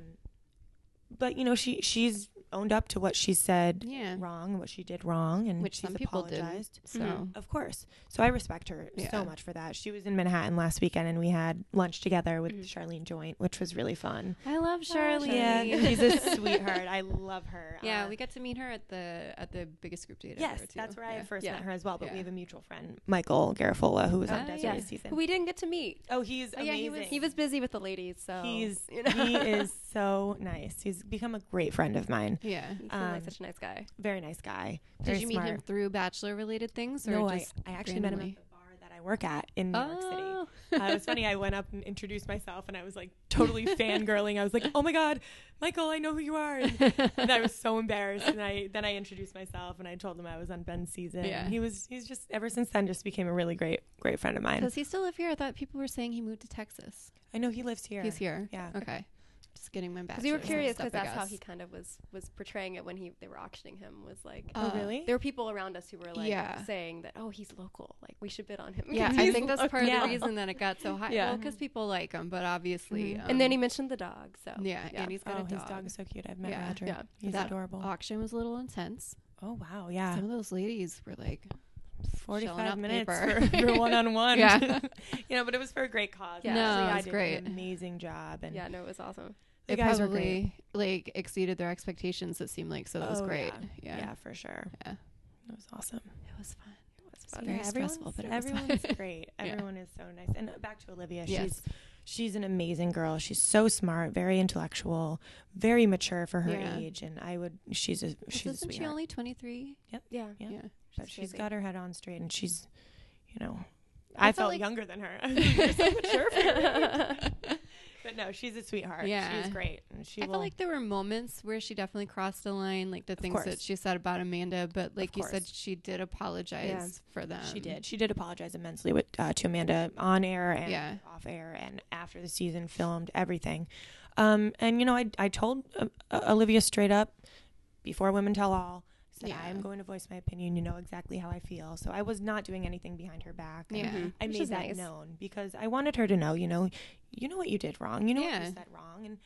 [SPEAKER 6] but you know she she's owned up to what she said
[SPEAKER 7] Yeah.
[SPEAKER 6] wrong and what she did wrong and
[SPEAKER 7] Which
[SPEAKER 6] she's
[SPEAKER 7] some people didn't.
[SPEAKER 6] apologized.
[SPEAKER 7] So
[SPEAKER 6] Of course. So I respect her
[SPEAKER 7] Yeah.
[SPEAKER 6] so much for that. She was in Manhattan last weekend and we had lunch together with
[SPEAKER 7] Mm-hmm.
[SPEAKER 6] Charlene Joint, which was really fun.
[SPEAKER 7] I love Charlie.
[SPEAKER 6] Yeah, she's a sweetheart. I love her.
[SPEAKER 7] Yeah,
[SPEAKER 6] Uh,
[SPEAKER 7] we got to meet her at the at the biggest group date. I've
[SPEAKER 6] Yes,
[SPEAKER 7] ever, too.
[SPEAKER 6] that's where I
[SPEAKER 7] Yeah.
[SPEAKER 6] first
[SPEAKER 7] Yeah.
[SPEAKER 6] met her as well. But
[SPEAKER 7] Yeah.
[SPEAKER 6] we have a mutual friend, Michael Garafola, who was on
[SPEAKER 7] Oh,
[SPEAKER 6] Desiree's
[SPEAKER 7] yeah.
[SPEAKER 6] season.
[SPEAKER 5] Who we didn't get to meet.
[SPEAKER 6] oh, he's
[SPEAKER 5] Oh, yeah,
[SPEAKER 6] amazing.
[SPEAKER 5] he was he was busy with the ladies, so
[SPEAKER 6] He's
[SPEAKER 7] Oh.
[SPEAKER 5] you know,
[SPEAKER 6] he is so nice. He's become a great friend of mine.
[SPEAKER 7] Yeah.
[SPEAKER 5] he seemed
[SPEAKER 6] um,
[SPEAKER 5] like such a nice guy.
[SPEAKER 6] Very nice guy.
[SPEAKER 7] Did
[SPEAKER 6] very
[SPEAKER 7] you meet
[SPEAKER 6] smart.
[SPEAKER 7] him through bachelor related things or
[SPEAKER 6] No, I,
[SPEAKER 7] just
[SPEAKER 6] I actually met him at
[SPEAKER 7] randomly?
[SPEAKER 6] the bar that I work at in New York City.
[SPEAKER 7] Oh.
[SPEAKER 6] Uh, it was funny. I went up and introduced myself, and I was like totally fangirling. I was like, "Oh my god, Michael, I know who you are!" And, and I was so embarrassed. And I then I introduced myself, and I told him I was on Ben's season.
[SPEAKER 7] Yeah.
[SPEAKER 6] And he was. He's just ever since then just became a really great, great friend of mine.
[SPEAKER 7] Does he still live here? I thought people were saying he moved to Texas.
[SPEAKER 6] I know he lives here.
[SPEAKER 7] He's here.
[SPEAKER 6] Yeah.
[SPEAKER 7] Okay. Just getting my bachelor.
[SPEAKER 5] Because we were curious because that's how he kind of was was portraying it when he they were auctioning him was like
[SPEAKER 7] Uh,
[SPEAKER 6] Oh really?
[SPEAKER 5] there were people around us who were like
[SPEAKER 7] Yeah.
[SPEAKER 5] saying that oh he's local like we should bid on him
[SPEAKER 7] Yeah,
[SPEAKER 5] 'Cause
[SPEAKER 7] I
[SPEAKER 5] he's
[SPEAKER 7] think that's part of
[SPEAKER 6] Yeah.
[SPEAKER 7] the reason that it got so high.
[SPEAKER 5] Yeah.
[SPEAKER 7] Yeah. because people like him, but obviously.
[SPEAKER 6] Mm-hmm.
[SPEAKER 7] um,
[SPEAKER 5] lo- and then he mentioned the dog so
[SPEAKER 7] Yeah,
[SPEAKER 5] yeah
[SPEAKER 7] and he's got
[SPEAKER 6] Oh,
[SPEAKER 7] a dog.
[SPEAKER 6] his dog is so cute. I've met
[SPEAKER 7] Yeah.
[SPEAKER 6] Roger.
[SPEAKER 5] Yeah.
[SPEAKER 6] He's
[SPEAKER 7] That
[SPEAKER 6] adorable.
[SPEAKER 7] Auction was a little intense.
[SPEAKER 6] oh wow, yeah.
[SPEAKER 7] Some of those ladies were like,
[SPEAKER 6] Forty-five
[SPEAKER 7] up
[SPEAKER 6] minutes
[SPEAKER 7] paper.
[SPEAKER 6] for, for one-on-one.
[SPEAKER 7] Yeah.
[SPEAKER 6] you know, but it was for a great cause.
[SPEAKER 5] Yeah.
[SPEAKER 6] and
[SPEAKER 5] No,
[SPEAKER 6] actually
[SPEAKER 7] it
[SPEAKER 6] I
[SPEAKER 7] was
[SPEAKER 6] did
[SPEAKER 7] great.
[SPEAKER 6] An amazing job, and
[SPEAKER 5] yeah no it was awesome
[SPEAKER 6] the
[SPEAKER 7] it
[SPEAKER 6] guys were great.
[SPEAKER 7] probably like exceeded their expectations. It seemed like so. That was
[SPEAKER 6] Oh,
[SPEAKER 7] great.
[SPEAKER 6] Yeah.
[SPEAKER 7] Yeah.
[SPEAKER 6] for sure.
[SPEAKER 7] Yeah.
[SPEAKER 6] That was awesome.
[SPEAKER 7] it was fun.
[SPEAKER 5] it was
[SPEAKER 7] It's
[SPEAKER 5] fun
[SPEAKER 7] very
[SPEAKER 6] everyone's-
[SPEAKER 7] stressful, but it was fun.
[SPEAKER 6] everyone's great.
[SPEAKER 7] Yeah.
[SPEAKER 6] Everyone is was so nice. And back to Olivia,
[SPEAKER 7] Yes.
[SPEAKER 6] she's she's an amazing girl. She's so smart, very intellectual, very mature for her
[SPEAKER 7] Yeah.
[SPEAKER 6] age. And I would, she's a she's a
[SPEAKER 7] Isn't she
[SPEAKER 6] sweetheart.
[SPEAKER 7] only 23?
[SPEAKER 5] Yeah.
[SPEAKER 6] Yeah.
[SPEAKER 7] Yeah.
[SPEAKER 6] but she's
[SPEAKER 5] crazy.
[SPEAKER 6] got her head on straight, and she's, you know, I,
[SPEAKER 7] felt
[SPEAKER 6] felt
[SPEAKER 7] like-
[SPEAKER 6] younger than her. You're so mature for your age. but no, she's a sweetheart.
[SPEAKER 7] Yeah.
[SPEAKER 6] she's great. And she
[SPEAKER 7] I
[SPEAKER 6] will.
[SPEAKER 7] felt like there were moments where she definitely crossed the line, like the things that
[SPEAKER 6] course.
[SPEAKER 7] she said about Amanda, but like you said,
[SPEAKER 6] course.
[SPEAKER 7] she did apologize for them.
[SPEAKER 6] she did. She did apologize immensely with, uh, to Amanda on air and
[SPEAKER 7] Yeah.
[SPEAKER 6] off air and after the season filmed everything. Um, and you know, I I told uh, uh, Olivia straight up before Women Tell All. I Said
[SPEAKER 7] Yeah.
[SPEAKER 6] I am going to voice my opinion. You know exactly how I feel. So I was not doing anything behind her back. And
[SPEAKER 7] Yeah. Mhm.
[SPEAKER 6] I
[SPEAKER 5] Which
[SPEAKER 6] made
[SPEAKER 5] is
[SPEAKER 6] that
[SPEAKER 5] nice.
[SPEAKER 6] known because I wanted her to know. You know, you know what you did wrong. You know what
[SPEAKER 7] Yeah.
[SPEAKER 6] you said wrong. And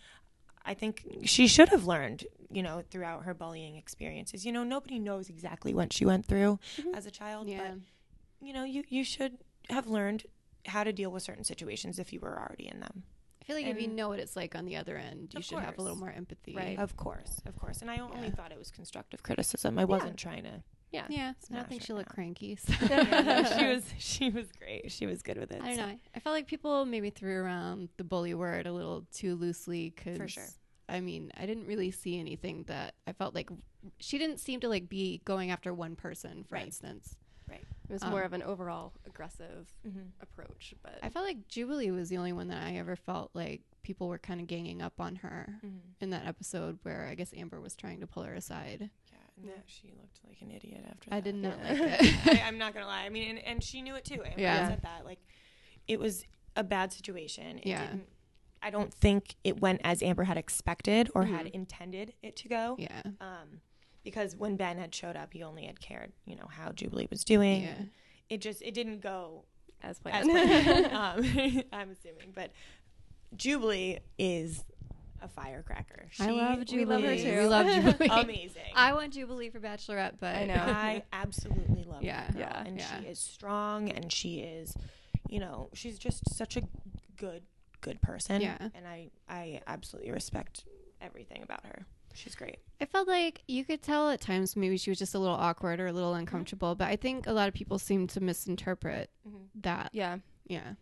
[SPEAKER 6] I think she should have learned, you know, throughout her bullying experiences. You know, nobody knows exactly what she went through as a child,
[SPEAKER 7] Mm-hmm. Yeah.
[SPEAKER 6] but you know, you you should have learned how to deal with certain situations if you were already in them.
[SPEAKER 7] I feel like if you
[SPEAKER 6] And-
[SPEAKER 7] know what it's like on the other end, you
[SPEAKER 6] Of
[SPEAKER 7] should have a little
[SPEAKER 6] course.
[SPEAKER 7] more empathy.
[SPEAKER 5] Right.
[SPEAKER 6] Of course, of course. And I only
[SPEAKER 7] Yeah.
[SPEAKER 6] thought it was constructive criticism. I wasn't trying to.
[SPEAKER 7] Yeah. I don't
[SPEAKER 6] not
[SPEAKER 7] think
[SPEAKER 6] sure
[SPEAKER 7] she looked
[SPEAKER 6] now.
[SPEAKER 7] cranky. So.
[SPEAKER 6] she was she was great. She was good with it.
[SPEAKER 7] I don't
[SPEAKER 6] so.
[SPEAKER 7] know. I felt like people maybe threw around the bully word a little too loosely. Cause,
[SPEAKER 6] sure.
[SPEAKER 7] I mean, I didn't really see anything that I felt like she didn't seem to like be going after one person, for instance.
[SPEAKER 5] It was more of an overall aggressive
[SPEAKER 6] Mm-hmm.
[SPEAKER 5] approach, but
[SPEAKER 7] I felt like Jubilee was the only one that I ever felt like people were kind of ganging up on her
[SPEAKER 6] Mm-hmm.
[SPEAKER 7] in that episode where I guess Amber was trying to pull her aside.
[SPEAKER 6] Yeah, and that she looked like an idiot after.
[SPEAKER 7] I
[SPEAKER 6] that.
[SPEAKER 7] did not like that.
[SPEAKER 6] I, I'm not gonna lie. I mean, and, and she knew it too. Amber
[SPEAKER 7] Yeah.
[SPEAKER 6] said that. Like, it was a bad situation. It
[SPEAKER 7] Yeah.
[SPEAKER 6] Didn't, I don't think it went as Amber had expected or had intended it to go.
[SPEAKER 7] Mm-hmm. yeah.
[SPEAKER 6] Um, because when Ben had showed up, he only had cared, you know, how Jubilee was doing.
[SPEAKER 7] Yeah.
[SPEAKER 6] It just it didn't go
[SPEAKER 5] as
[SPEAKER 6] as
[SPEAKER 5] planned.
[SPEAKER 6] planned. um, I'm assuming, but Jubilee is a firecracker.
[SPEAKER 7] I
[SPEAKER 6] She-
[SPEAKER 7] love Jubilee.
[SPEAKER 5] we love her too.
[SPEAKER 7] We love Jubilee.
[SPEAKER 6] Amazing.
[SPEAKER 7] I want Jubilee for Bachelorette, but
[SPEAKER 5] I know.
[SPEAKER 6] I absolutely love
[SPEAKER 7] Yeah.
[SPEAKER 6] her. girl,
[SPEAKER 5] Yeah.
[SPEAKER 6] And
[SPEAKER 7] Yeah.
[SPEAKER 6] she is strong and she is, you know, she's just such a good, good person.
[SPEAKER 7] Yeah.
[SPEAKER 6] And I, I absolutely respect everything about her. She's great.
[SPEAKER 7] I felt like you could tell at times maybe she was just a little awkward or a little uncomfortable, but I think a lot of people seem to misinterpret that.
[SPEAKER 5] yeah.
[SPEAKER 7] Mm-hmm. Yeah.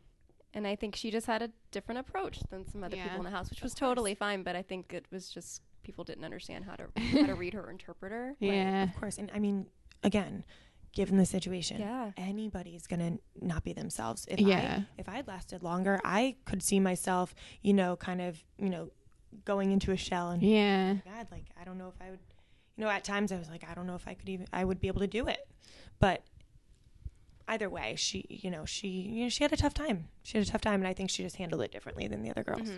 [SPEAKER 5] And I think she just had a different approach than some other
[SPEAKER 7] Yeah.
[SPEAKER 5] people in the house, which was totally fine, but I think it was just people didn't understand how to how to read her interpreter.
[SPEAKER 7] Yeah.
[SPEAKER 6] Of course. And I mean, again, given the situation,
[SPEAKER 5] Yeah.
[SPEAKER 6] anybody's gonna not be themselves. If
[SPEAKER 7] Yeah.
[SPEAKER 6] I, if I'd lasted longer, I could see myself, you know, kind of, you know, going into a shell and
[SPEAKER 7] Yeah.
[SPEAKER 6] God, like I don't know if I would, you know, at times I was like, I don't know if I could even, I would be able to do it. But either way, she, you know, she, you know, she had a tough time. She had a tough time, and I think she just handled it differently than the other girls.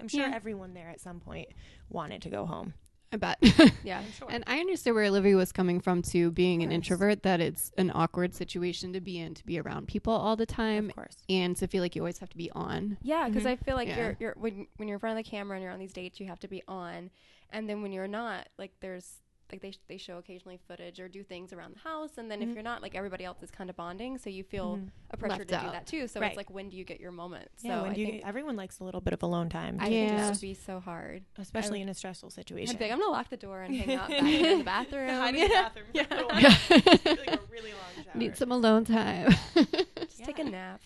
[SPEAKER 6] I'm sure
[SPEAKER 7] Yeah.
[SPEAKER 6] everyone there at some point wanted to go home.
[SPEAKER 7] I bet.
[SPEAKER 5] Yeah.
[SPEAKER 7] And I understood where Olivia was coming from too, being an introvert, that it's an awkward situation to be in, to be around people all the time,
[SPEAKER 6] Of course.
[SPEAKER 7] and to feel like you always have to be on.
[SPEAKER 5] Yeah, because I feel like
[SPEAKER 7] Yeah.
[SPEAKER 5] you're you're when when you're in front of the camera and you're on these dates, you have to be on, and then when you're not, like there's like they they show occasionally footage or do things around the house, and then if you're not, like everybody else is kind of bonding, so you feel a pressure
[SPEAKER 7] Left
[SPEAKER 5] to
[SPEAKER 7] out.
[SPEAKER 5] do that too. So
[SPEAKER 6] Right.
[SPEAKER 5] it's like when do you get your moment?
[SPEAKER 6] Yeah,
[SPEAKER 5] so
[SPEAKER 6] when
[SPEAKER 5] I
[SPEAKER 6] do you,
[SPEAKER 5] think
[SPEAKER 6] everyone likes a little bit of alone time,
[SPEAKER 5] I
[SPEAKER 7] Yeah.
[SPEAKER 5] think this would be so hard.
[SPEAKER 6] especially in a stressful situation.
[SPEAKER 5] I'd be like, I'm gonna lock the door and hang out back in the bathroom.
[SPEAKER 6] bathroom for a little while. like a really long shower.
[SPEAKER 7] Need some alone time.
[SPEAKER 5] Just take a nap.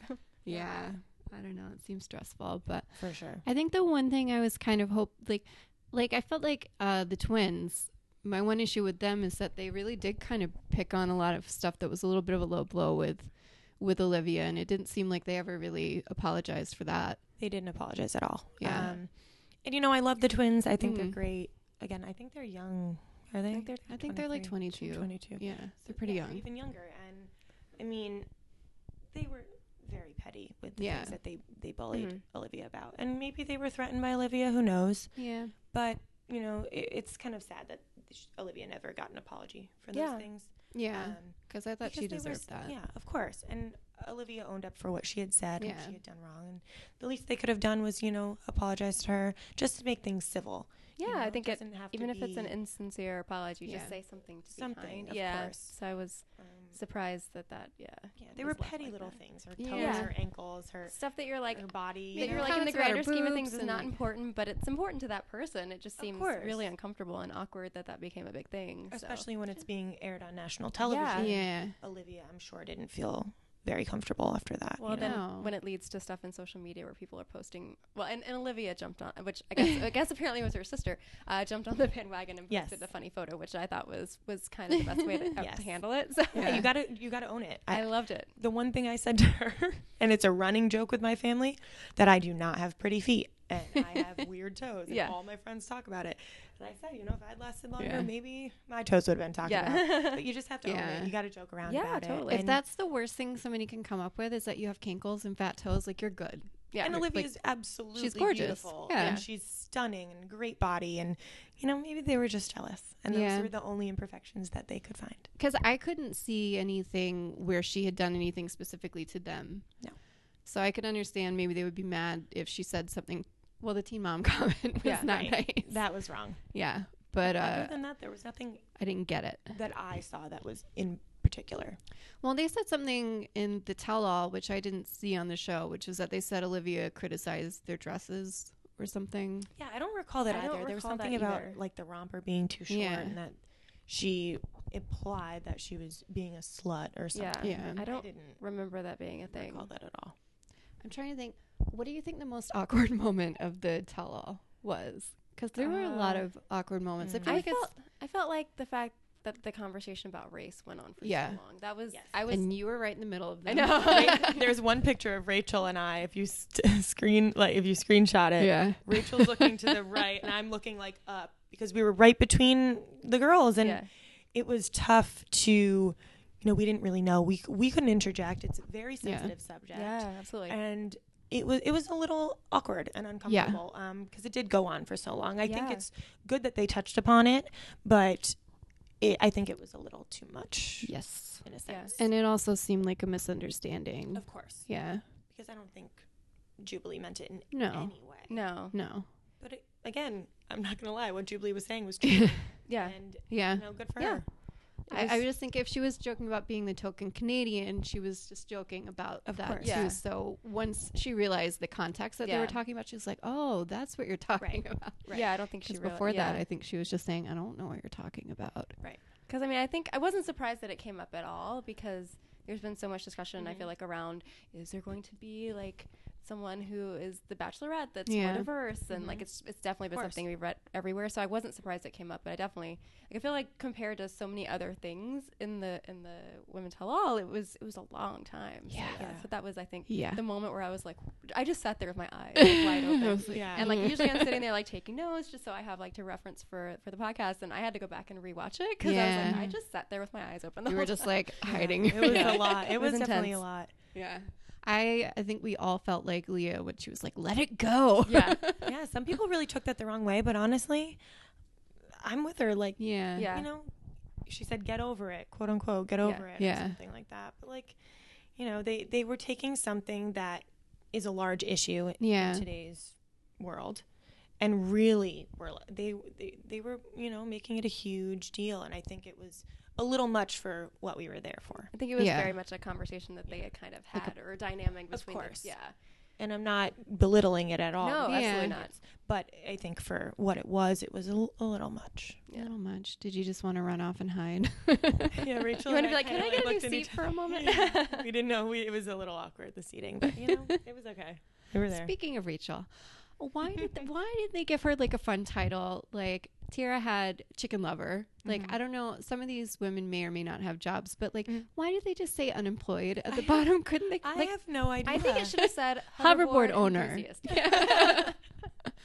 [SPEAKER 7] yeah. I don't know. It seems stressful, but
[SPEAKER 6] for sure.
[SPEAKER 7] I think the one thing I was kind of hope like like I felt like uh the twins my one issue with them is that they really did kind of pick on a lot of stuff that was a little bit of a low blow with with Olivia and it didn't seem like they ever really apologized for that.
[SPEAKER 6] They didn't apologize at all.
[SPEAKER 7] Yeah.
[SPEAKER 6] Um, and you know, I love the twins. I think they're great. Again, I think they're young. Are they? I think they're,
[SPEAKER 7] I think they're like 22.
[SPEAKER 6] 22.
[SPEAKER 7] Yeah, they're pretty
[SPEAKER 6] Yeah, or
[SPEAKER 7] young.
[SPEAKER 6] Even younger. And I mean, they were very petty with the
[SPEAKER 7] Yeah.
[SPEAKER 6] things that they, they bullied Olivia about. And maybe they were threatened by Olivia. Who knows?
[SPEAKER 7] Yeah.
[SPEAKER 6] But, you know, it, it's kind of sad that sh- Olivia never got an apology for those
[SPEAKER 5] Yeah.
[SPEAKER 6] things.
[SPEAKER 7] Yeah.
[SPEAKER 6] Um,
[SPEAKER 7] Cuz I thought she
[SPEAKER 6] because they were
[SPEAKER 7] deserved
[SPEAKER 6] s-
[SPEAKER 7] that.
[SPEAKER 6] Yeah, of course. And Olivia owned up for what she had said and
[SPEAKER 7] Yeah.
[SPEAKER 6] she had done wrong. And the least they could have done was, you know, apologize to her just to make things civil.
[SPEAKER 5] Yeah,
[SPEAKER 6] You know,
[SPEAKER 5] I think it,
[SPEAKER 6] doesn't have to
[SPEAKER 5] even if it's an
[SPEAKER 6] be-
[SPEAKER 5] insincere apology,
[SPEAKER 7] Yeah.
[SPEAKER 5] just say something to be
[SPEAKER 6] Something,
[SPEAKER 5] kind.
[SPEAKER 6] of
[SPEAKER 5] yeah.
[SPEAKER 6] course.
[SPEAKER 5] So I was surprised that that yeah.
[SPEAKER 6] Yeah, they
[SPEAKER 5] was
[SPEAKER 6] um, were
[SPEAKER 5] left
[SPEAKER 6] petty
[SPEAKER 5] like
[SPEAKER 6] little
[SPEAKER 5] that.
[SPEAKER 6] things. Her toes,
[SPEAKER 7] Yeah.
[SPEAKER 6] her ankles, her
[SPEAKER 5] Stuff that you're like
[SPEAKER 6] her body.
[SPEAKER 5] that
[SPEAKER 7] know,
[SPEAKER 5] you're like in the
[SPEAKER 7] comments about her
[SPEAKER 5] greater scheme of things
[SPEAKER 7] boobs
[SPEAKER 5] is
[SPEAKER 7] and,
[SPEAKER 5] not
[SPEAKER 7] like-
[SPEAKER 5] important, but it's important to that person. It just seems
[SPEAKER 6] course.
[SPEAKER 5] really uncomfortable and awkward that that became a big thing. so.
[SPEAKER 6] especially when it's being aired on national television.
[SPEAKER 7] Yeah.
[SPEAKER 6] Olivia, I'm sure, didn't feel very comfortable after that.
[SPEAKER 5] Well,
[SPEAKER 6] you know?
[SPEAKER 5] then
[SPEAKER 7] know.
[SPEAKER 5] when it leads to stuff in social media where people are posting, well, and, and Olivia jumped on, which I guess, I guess apparently was her sister, uh, jumped on the bandwagon and
[SPEAKER 6] Yes.
[SPEAKER 5] posted a funny photo, which I thought was was kind of the best way to, uh,
[SPEAKER 6] Yes.
[SPEAKER 5] to handle it. So
[SPEAKER 6] you gotta you gotta own it.
[SPEAKER 5] I
[SPEAKER 6] I,
[SPEAKER 5] loved it.
[SPEAKER 6] the one thing I said to her, and it's a running joke with my family, that I do not have pretty feet and I have weird toes.
[SPEAKER 5] Yeah.
[SPEAKER 6] And all my friends talk about it. And I said, you know, if I'd lasted longer,
[SPEAKER 7] Yeah.
[SPEAKER 6] maybe my toes would have been talked
[SPEAKER 5] Yeah.
[SPEAKER 6] about. But you just have to
[SPEAKER 7] Yeah.
[SPEAKER 6] own it. You gotta joke around
[SPEAKER 5] Yeah,
[SPEAKER 6] about
[SPEAKER 5] totally.
[SPEAKER 6] it.
[SPEAKER 7] if that's the worst thing somebody can come up with is that you have kinkles and fat toes, like you're good.
[SPEAKER 5] Yeah.
[SPEAKER 6] and Olivia's absolutely
[SPEAKER 7] gorgeous.
[SPEAKER 6] beautiful.
[SPEAKER 7] Yeah.
[SPEAKER 6] And she's stunning and great body. And, you know, maybe they were just jealous. And those
[SPEAKER 7] Yeah.
[SPEAKER 6] were the only imperfections that they could find.
[SPEAKER 7] Because I couldn't see anything where she had done anything specifically to them.
[SPEAKER 6] No.
[SPEAKER 7] So I could understand maybe they would be mad if she said something. Well, the teen mom comment was
[SPEAKER 6] Yeah,
[SPEAKER 7] not
[SPEAKER 6] right.
[SPEAKER 7] nice.
[SPEAKER 6] That was wrong.
[SPEAKER 7] yeah, but uh,
[SPEAKER 6] Other than that, there was nothing
[SPEAKER 7] I didn't get it.
[SPEAKER 6] that I saw that was in particular.
[SPEAKER 7] Well, they said something in the tell-all which I didn't see on the show, which is that they said Olivia criticized their dresses or something.
[SPEAKER 6] Yeah, I don't recall that
[SPEAKER 5] I
[SPEAKER 6] either.
[SPEAKER 5] don't
[SPEAKER 6] there was
[SPEAKER 5] recall that
[SPEAKER 6] something about
[SPEAKER 5] either.
[SPEAKER 6] like the romper being too short
[SPEAKER 7] Yeah.
[SPEAKER 6] and that she implied that she was being a slut or
[SPEAKER 5] Yeah.
[SPEAKER 6] something.
[SPEAKER 7] Yeah.
[SPEAKER 5] I
[SPEAKER 6] I
[SPEAKER 5] don't
[SPEAKER 6] didn't
[SPEAKER 5] remember that being a thing.
[SPEAKER 6] recall that at all.
[SPEAKER 7] I'm trying to think. What do you think the most awkward moment of the tell-all was? Because there were a lot
[SPEAKER 5] Uh,
[SPEAKER 7] of awkward moments. I feel
[SPEAKER 5] I
[SPEAKER 7] like it's
[SPEAKER 5] felt, I felt like the fact that the conversation about race went on for
[SPEAKER 7] Yeah.
[SPEAKER 5] so long. That was,
[SPEAKER 6] Yes.
[SPEAKER 5] I was,
[SPEAKER 7] and you were right in the middle of
[SPEAKER 5] I
[SPEAKER 7] them.
[SPEAKER 5] know.
[SPEAKER 6] There's one picture of Rachel and I. If you st- screen like if you screenshot it,
[SPEAKER 7] Yeah.
[SPEAKER 6] Rachel's looking to the right and I'm looking like up because we were right between the girls and
[SPEAKER 5] Yeah.
[SPEAKER 6] it was tough to you know, we didn't really know. We we couldn't interject. It's a very
[SPEAKER 7] Yeah.
[SPEAKER 6] sensitive subject.
[SPEAKER 5] yeah, absolutely.
[SPEAKER 6] and it was it was a little awkward and uncomfortable Um 'cause because it did go on for so long. I think
[SPEAKER 5] Yeah.
[SPEAKER 6] it's good that they touched upon it, but it, I think it was a little too much
[SPEAKER 7] Yes.
[SPEAKER 6] in a sense.
[SPEAKER 7] And it also seemed like a misunderstanding.
[SPEAKER 6] of course,
[SPEAKER 7] Yeah.
[SPEAKER 6] because I don't think Jubilee meant it in
[SPEAKER 7] No.
[SPEAKER 6] any way.
[SPEAKER 5] no.
[SPEAKER 7] No.
[SPEAKER 6] But it, again, I'm not gonna lie. What Jubilee was saying was true,
[SPEAKER 5] Yeah.
[SPEAKER 6] and
[SPEAKER 7] Yeah.
[SPEAKER 6] you know, good for
[SPEAKER 5] Yeah.
[SPEAKER 6] her.
[SPEAKER 7] I, I just think if she was joking about being the token Canadian, she was just joking about
[SPEAKER 6] Of
[SPEAKER 7] that
[SPEAKER 6] course.
[SPEAKER 7] too.
[SPEAKER 5] Yeah.
[SPEAKER 7] So once she realized the context that they were
[SPEAKER 5] Yeah.
[SPEAKER 7] talking about, she was like, "Oh, that's what you're talking about."
[SPEAKER 5] Yeah. I don't think she
[SPEAKER 7] Because
[SPEAKER 5] reali-
[SPEAKER 7] before
[SPEAKER 5] yeah.
[SPEAKER 7] that, I think she was just saying, "I don't know what you're talking about."
[SPEAKER 5] Because I mean, I think I wasn't surprised that it came up at all because there's been so much discussion. I
[SPEAKER 7] Mm-hmm.
[SPEAKER 5] feel like around is there going to be like someone who is the Bachelorette that's
[SPEAKER 7] Yeah. Mm-hmm.
[SPEAKER 5] more diverse, and like it's it's definitely been
[SPEAKER 6] course.
[SPEAKER 5] something we've read everywhere. So I wasn't surprised it came up, but I definitely like, I feel like compared to so many other things in the in the Women Tell All, it was it was a long time. So,
[SPEAKER 7] Yeah.
[SPEAKER 5] So that was I think
[SPEAKER 7] Yeah.
[SPEAKER 5] the moment where I was like, I just sat there with my eyes like, wide open.
[SPEAKER 6] Yeah.
[SPEAKER 5] And like usually I'm sitting there like taking notes just so I have like to reference for for the podcast and I had to go back and rewatch it cuz I was
[SPEAKER 7] Yeah.
[SPEAKER 5] like I just sat there with my eyes open the
[SPEAKER 7] You
[SPEAKER 5] whole
[SPEAKER 7] were just
[SPEAKER 5] time.
[SPEAKER 7] like hiding.
[SPEAKER 6] It was a lot. It,
[SPEAKER 5] It
[SPEAKER 6] was,
[SPEAKER 5] was
[SPEAKER 6] definitely a
[SPEAKER 5] intense.
[SPEAKER 6] lot.
[SPEAKER 7] yeah. I I think we all felt like Leah when she was like, "Let it go."
[SPEAKER 5] yeah.
[SPEAKER 6] yeah, some people really took that the wrong way, but honestly, I'm with her. Like,
[SPEAKER 7] Yeah.
[SPEAKER 5] Yeah.
[SPEAKER 6] you know, she said, "Get over it," quote unquote, "get over it,"
[SPEAKER 7] Yeah.
[SPEAKER 6] or something like that. But like, you know, they they were taking something that is a large issue
[SPEAKER 7] Yeah.
[SPEAKER 6] in today's world, and really were li- they, they they were you know making it a huge deal, and I think it was a little much for what we were there for.
[SPEAKER 5] I think it was
[SPEAKER 7] Yeah.
[SPEAKER 5] very much a conversation that they had kind of had or a dynamic between the-
[SPEAKER 6] course. Oh,
[SPEAKER 5] yeah.
[SPEAKER 6] And I'm not belittling it at all.
[SPEAKER 5] No,
[SPEAKER 7] Yeah.
[SPEAKER 5] absolutely not.
[SPEAKER 6] But I think for what it was, it was a, l- a little much.
[SPEAKER 7] A little much. Did you just want to run off and hide?
[SPEAKER 6] Yeah, Rachel.
[SPEAKER 5] You want to be like, "Can I get a new seat for a moment?"
[SPEAKER 6] we didn't know. We, it was a little awkward the seating, but you know, it was okay. We were there.
[SPEAKER 7] Speaking of Rachel, why did th- why did they give her like a fun title? Like Tira had chicken lover. Like
[SPEAKER 6] Mm-hmm.
[SPEAKER 7] I don't know, some of these women may or may not have jobs, but like why did they just say unemployed at the bottom? Couldn't they
[SPEAKER 6] I
[SPEAKER 7] like
[SPEAKER 6] have no idea.
[SPEAKER 5] I think it should have said
[SPEAKER 7] Hoverboard owner.
[SPEAKER 5] enthusiast.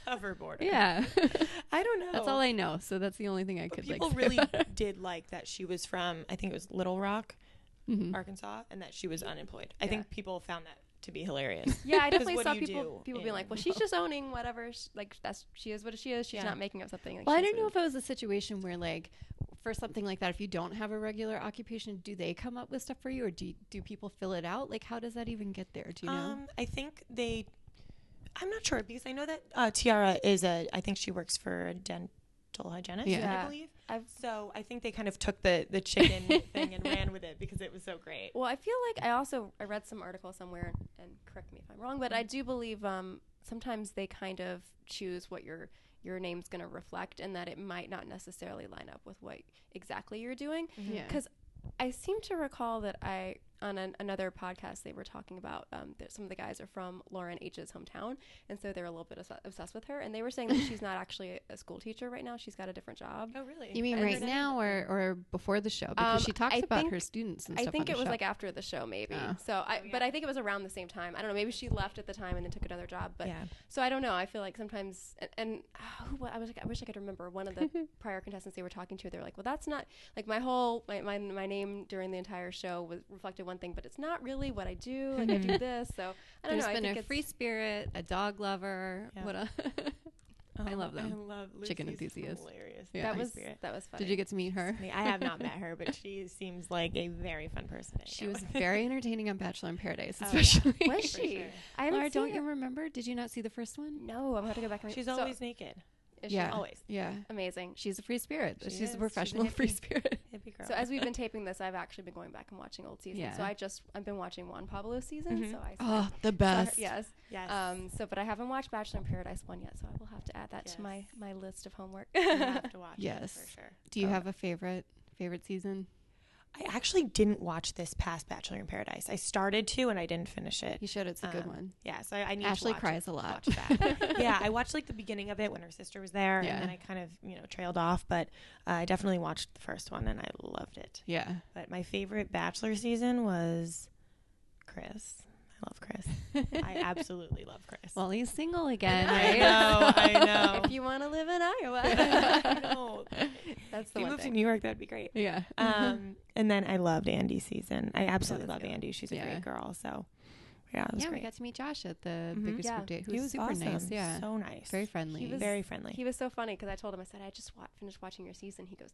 [SPEAKER 6] hoverboard.
[SPEAKER 7] yeah.
[SPEAKER 6] I don't know.
[SPEAKER 7] that's all I know. So that's the only thing I could
[SPEAKER 6] People
[SPEAKER 7] like say
[SPEAKER 6] really
[SPEAKER 7] about it.
[SPEAKER 6] did like that she was from. I think it was Little Rock, Mm-hmm. Arkansas, and that she was unemployed. I think people found that to be hilarious.
[SPEAKER 5] Yeah, I
[SPEAKER 6] 'Cause
[SPEAKER 5] definitely
[SPEAKER 6] what
[SPEAKER 5] saw
[SPEAKER 6] do you
[SPEAKER 5] people
[SPEAKER 6] do
[SPEAKER 5] people being like,
[SPEAKER 6] in-
[SPEAKER 5] "Well, she's just owning whatever sh like that's she is what she is. She's
[SPEAKER 6] Yeah.
[SPEAKER 5] not making up something." Like,
[SPEAKER 7] Well, I
[SPEAKER 5] she's
[SPEAKER 7] don't know
[SPEAKER 5] a-
[SPEAKER 7] if it was a situation where like for something like that, if you don't have a regular occupation, do they come up with stuff for you, or do do people fill it out? Like, how does that even get there? Do you know?
[SPEAKER 6] Um, I think they. I'm not sure because I know that uh, Tiara is a. I think she works for a dental hygienist.
[SPEAKER 5] Yeah.
[SPEAKER 6] I believe.
[SPEAKER 5] I've-
[SPEAKER 6] so I think they kind of took the the chicken thing and ran with it because it was so
[SPEAKER 7] Oh,
[SPEAKER 6] great.
[SPEAKER 5] Well, I feel like I also I read some article somewhere, and correct me if I'm wrong, but I do believe um, sometimes they kind of choose what your your name's going to reflect, and that it might not necessarily line up with what exactly you're doing.
[SPEAKER 7] Yeah.
[SPEAKER 5] Because I seem to recall that I on an, another podcast they were talking about um, that some of the guys are from Lauren H's hometown, and so they're a little bit obs- obsessed with her. And they were saying that she's not actually a school teacher right now; she's got a different job.
[SPEAKER 6] Oh, really?
[SPEAKER 7] You mean
[SPEAKER 5] And
[SPEAKER 7] right
[SPEAKER 5] then-
[SPEAKER 7] now or, or before the show? Because
[SPEAKER 5] Um,
[SPEAKER 7] she talks
[SPEAKER 5] I
[SPEAKER 7] about
[SPEAKER 5] think-
[SPEAKER 7] her students and
[SPEAKER 5] I
[SPEAKER 7] stuff. on
[SPEAKER 5] think
[SPEAKER 7] the
[SPEAKER 5] it was
[SPEAKER 7] show.
[SPEAKER 5] like after the show, maybe.
[SPEAKER 7] Oh.
[SPEAKER 5] So I, but I think it was around the same time. I don't know. Maybe she left at the time and then took another job. But
[SPEAKER 6] Yeah.
[SPEAKER 5] so I don't know. I feel like sometimes, and, and ah, who wa- I was like, I wish I could remember one of the prior contestants they were talking to. They were like, well, that's not like my whole my my, my name during the entire show was reflected one thing, but it's not really what I do. Like I do this. So I don't
[SPEAKER 7] There's
[SPEAKER 5] know.
[SPEAKER 7] been
[SPEAKER 5] I think
[SPEAKER 7] a
[SPEAKER 5] it's-
[SPEAKER 7] free spirit, a dog lover.
[SPEAKER 6] Yeah.
[SPEAKER 7] What a I love them.
[SPEAKER 6] Oh, I love Lucy's
[SPEAKER 7] Chicken enthusiast.
[SPEAKER 6] Hilarious.
[SPEAKER 7] Yeah.
[SPEAKER 5] that
[SPEAKER 6] Free
[SPEAKER 5] was
[SPEAKER 6] spirit.
[SPEAKER 5] that was funny.
[SPEAKER 7] Did you get to meet her?
[SPEAKER 6] I have not met her, but she seems like a very fun person. to hang
[SPEAKER 7] She
[SPEAKER 6] out
[SPEAKER 7] was
[SPEAKER 6] with.
[SPEAKER 7] very entertaining on Bachelor in Paradise,
[SPEAKER 6] yeah.
[SPEAKER 7] especially.
[SPEAKER 5] Was
[SPEAKER 6] For
[SPEAKER 5] she?
[SPEAKER 6] sure.
[SPEAKER 5] I haven't
[SPEAKER 7] Laura,
[SPEAKER 5] seen
[SPEAKER 7] don't
[SPEAKER 5] her-
[SPEAKER 7] you remember? Did you not see the first one?
[SPEAKER 5] No, I'm gonna have to go back and.
[SPEAKER 6] She's
[SPEAKER 5] so-
[SPEAKER 6] always naked.
[SPEAKER 5] is she
[SPEAKER 7] yeah.
[SPEAKER 6] always.
[SPEAKER 7] Yeah.
[SPEAKER 5] amazing.
[SPEAKER 7] She's a free spirit.
[SPEAKER 6] She
[SPEAKER 7] she's
[SPEAKER 6] is. She's
[SPEAKER 7] a
[SPEAKER 6] a
[SPEAKER 7] professional free
[SPEAKER 6] hippie.
[SPEAKER 7] spirit.
[SPEAKER 6] Hippie girl.
[SPEAKER 5] So as we've been taping this, I've actually been going back and watching old seasons.
[SPEAKER 7] Yeah.
[SPEAKER 5] So I just I've been watching Juan Pablo's season. So I saw-
[SPEAKER 7] Oh, the
[SPEAKER 5] saw her-
[SPEAKER 7] best.
[SPEAKER 5] yes.
[SPEAKER 6] yes.
[SPEAKER 5] Um. So, but I haven't watched Bachelor in Paradise one yet, so I will have to add that
[SPEAKER 6] Yes.
[SPEAKER 5] to my my list of homework.
[SPEAKER 6] You have to watch. Yes.
[SPEAKER 7] Yes.
[SPEAKER 6] For sure.
[SPEAKER 7] Do you have a favorite favorite season?
[SPEAKER 6] I actually didn't watch this past Bachelor in Paradise. I started to and I didn't finish it.
[SPEAKER 7] You should. It's a good
[SPEAKER 6] Um,
[SPEAKER 7] one.
[SPEAKER 6] Yeah, so I, I need
[SPEAKER 7] Ashley
[SPEAKER 6] to watch
[SPEAKER 7] cries
[SPEAKER 6] it-
[SPEAKER 7] a lot.
[SPEAKER 6] watch that. yeah, I watched like the beginning of it when her sister was there,
[SPEAKER 7] Yeah.
[SPEAKER 6] and then I kind of you know trailed off. But uh, I definitely watched the first one and I loved it.
[SPEAKER 7] Yeah.
[SPEAKER 6] But my favorite Bachelor season was Chris. I love Chris. I absolutely love Chris.
[SPEAKER 7] Well, he's single again,
[SPEAKER 6] I
[SPEAKER 7] right?
[SPEAKER 6] know, I
[SPEAKER 7] Oh.
[SPEAKER 6] know.
[SPEAKER 5] if you want to live in Iowa,
[SPEAKER 6] I know.
[SPEAKER 5] that's
[SPEAKER 6] If
[SPEAKER 5] the
[SPEAKER 6] you
[SPEAKER 5] one
[SPEAKER 6] moved to
[SPEAKER 5] thing.
[SPEAKER 6] New York, that'd be great.
[SPEAKER 7] Yeah.
[SPEAKER 6] Um, and then I loved Andy's season. I absolutely
[SPEAKER 5] was
[SPEAKER 6] love
[SPEAKER 5] good.
[SPEAKER 6] Andy. She's a
[SPEAKER 7] Yeah.
[SPEAKER 6] great girl. So yeah, it was
[SPEAKER 7] yeah,
[SPEAKER 6] great.
[SPEAKER 7] we got to meet Josh at the
[SPEAKER 6] Mhm.
[SPEAKER 5] Mm-hmm.
[SPEAKER 7] biggest
[SPEAKER 5] Yeah.
[SPEAKER 7] group date. Who
[SPEAKER 6] he
[SPEAKER 7] was,
[SPEAKER 6] was
[SPEAKER 7] super
[SPEAKER 6] awesome.
[SPEAKER 7] nice. Yeah.
[SPEAKER 6] so nice.
[SPEAKER 7] Very friendly.
[SPEAKER 5] He was-
[SPEAKER 6] very friendly.
[SPEAKER 5] He was so funny because I told him I said I just wa- finished watching your season. He goes,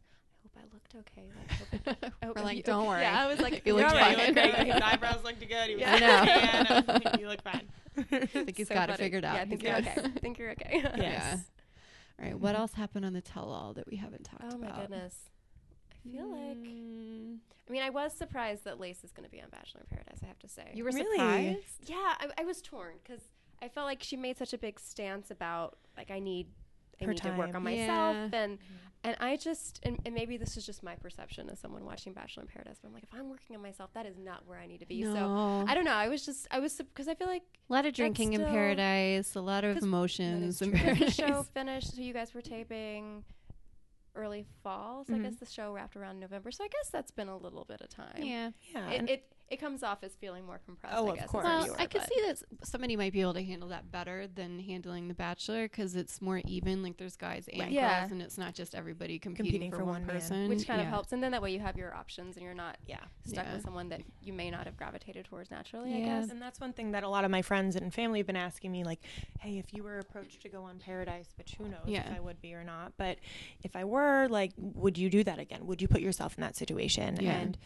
[SPEAKER 5] I hope I looked okay. Like, I hope I- I hope
[SPEAKER 7] We're
[SPEAKER 5] Oh, I-
[SPEAKER 7] like, "Don't worry."
[SPEAKER 5] Yeah, I was like,
[SPEAKER 7] You
[SPEAKER 5] "You're
[SPEAKER 7] looked
[SPEAKER 5] all
[SPEAKER 7] fine.
[SPEAKER 5] right."
[SPEAKER 7] You looked great.
[SPEAKER 6] His eyebrows looked good. He was
[SPEAKER 7] Yeah, I know.
[SPEAKER 6] I know. you look fine.
[SPEAKER 7] I think he's
[SPEAKER 5] So
[SPEAKER 7] got it
[SPEAKER 5] funny.
[SPEAKER 7] figured out.
[SPEAKER 5] Yeah, I think
[SPEAKER 7] He's
[SPEAKER 5] you're
[SPEAKER 7] got
[SPEAKER 5] okay. Mm-hmm.
[SPEAKER 7] it.
[SPEAKER 5] I think you're okay.
[SPEAKER 6] Yes.
[SPEAKER 7] All right. What else happened on the tell all that we haven't talked
[SPEAKER 5] Oh
[SPEAKER 7] about?
[SPEAKER 5] my goodness. I feel like
[SPEAKER 7] Mm,
[SPEAKER 5] I mean I was surprised that Lace is going to be on Bachelor in Paradise. I have to say.
[SPEAKER 7] you were
[SPEAKER 6] Really?
[SPEAKER 7] surprised.
[SPEAKER 5] Yeah, I, I was torn because I felt like she made such a big stance about like I need I
[SPEAKER 6] Her
[SPEAKER 5] need to work
[SPEAKER 6] time.
[SPEAKER 5] on myself
[SPEAKER 7] Yeah.
[SPEAKER 5] and and I just and, and maybe this is just my perception as someone watching Bachelor in Paradise, but I'm like if I'm working on myself, that is not where I need to be.
[SPEAKER 7] No.
[SPEAKER 5] So I don't know. I was just I was because I feel like
[SPEAKER 7] A lot of drinking in
[SPEAKER 5] still-
[SPEAKER 7] paradise. A lot of
[SPEAKER 5] 'Cause-
[SPEAKER 7] emotions in
[SPEAKER 5] 'cause the
[SPEAKER 7] paradise.
[SPEAKER 5] show finished, so you guys were taping early fall, so I
[SPEAKER 6] Mhm.
[SPEAKER 5] guess the show wrapped around November. So I guess that's been a little bit of time.
[SPEAKER 7] Yeah.
[SPEAKER 6] Yeah.
[SPEAKER 5] It,
[SPEAKER 6] and-
[SPEAKER 5] it it comes off as feeling more compressed.
[SPEAKER 6] Oh,
[SPEAKER 5] I
[SPEAKER 6] of
[SPEAKER 5] guess, as a
[SPEAKER 6] course.
[SPEAKER 7] Well,
[SPEAKER 5] viewer,
[SPEAKER 7] I could
[SPEAKER 5] but-
[SPEAKER 7] see that s- somebody might be able to handle that better than handling The Bachelor because it's more even. Like there's guys and girls,
[SPEAKER 5] Yeah.
[SPEAKER 7] and it's not just everybody competing,
[SPEAKER 6] Competing
[SPEAKER 7] for,
[SPEAKER 6] for
[SPEAKER 7] one
[SPEAKER 6] one man.
[SPEAKER 7] person,
[SPEAKER 5] which kind of
[SPEAKER 7] Mm, Yeah.
[SPEAKER 5] helps and then that way you have your options and you're not
[SPEAKER 6] yeah.
[SPEAKER 5] stuck
[SPEAKER 7] Yeah.
[SPEAKER 5] with someone that you may not have gravitated towards naturally i
[SPEAKER 7] Yeah.
[SPEAKER 5] guess
[SPEAKER 6] And that's one thing that a lot of my friends and family have been asking me, like, hey, if you were approached to go on Paradise, which who knows
[SPEAKER 7] Yeah.
[SPEAKER 6] if I would be or not, but if I were, like, would you do that again? Would you put yourself in that situation?
[SPEAKER 7] Yeah.
[SPEAKER 6] And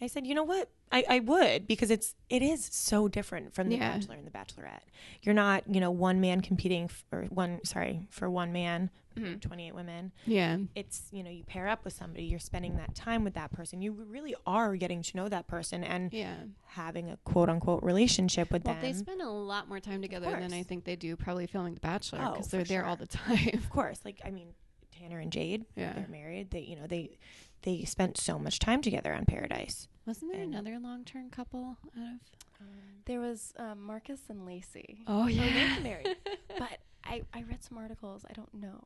[SPEAKER 6] I said, you know what? I, I would because it's it is so different from the
[SPEAKER 7] Yeah.
[SPEAKER 6] Bachelor and the Bachelorette. You're not, you know, one man competing for one sorry for one man,
[SPEAKER 7] Mm-hmm.
[SPEAKER 6] twenty eight women.
[SPEAKER 7] Yeah.
[SPEAKER 6] it's you know you pair up with somebody you're spending that time with that person you really are getting to know that person and
[SPEAKER 7] Yeah.
[SPEAKER 6] having a quote unquote relationship with
[SPEAKER 7] Well,
[SPEAKER 6] them
[SPEAKER 7] they spend a lot more time together than I
[SPEAKER 6] course.
[SPEAKER 7] think they do probably filming The Bachelor
[SPEAKER 6] Oh,
[SPEAKER 7] because
[SPEAKER 6] for
[SPEAKER 7] they're there all
[SPEAKER 6] sure.
[SPEAKER 7] the time.
[SPEAKER 6] of course like i mean tanner and jade
[SPEAKER 7] Yeah.
[SPEAKER 6] they're married they you know they they spent so much time together on paradise
[SPEAKER 7] Wasn't there
[SPEAKER 6] And-
[SPEAKER 7] another long term couple out of?
[SPEAKER 5] there was um, marcus and lacey
[SPEAKER 7] Oh yeah.
[SPEAKER 6] married
[SPEAKER 5] but I, I read some articles i don't know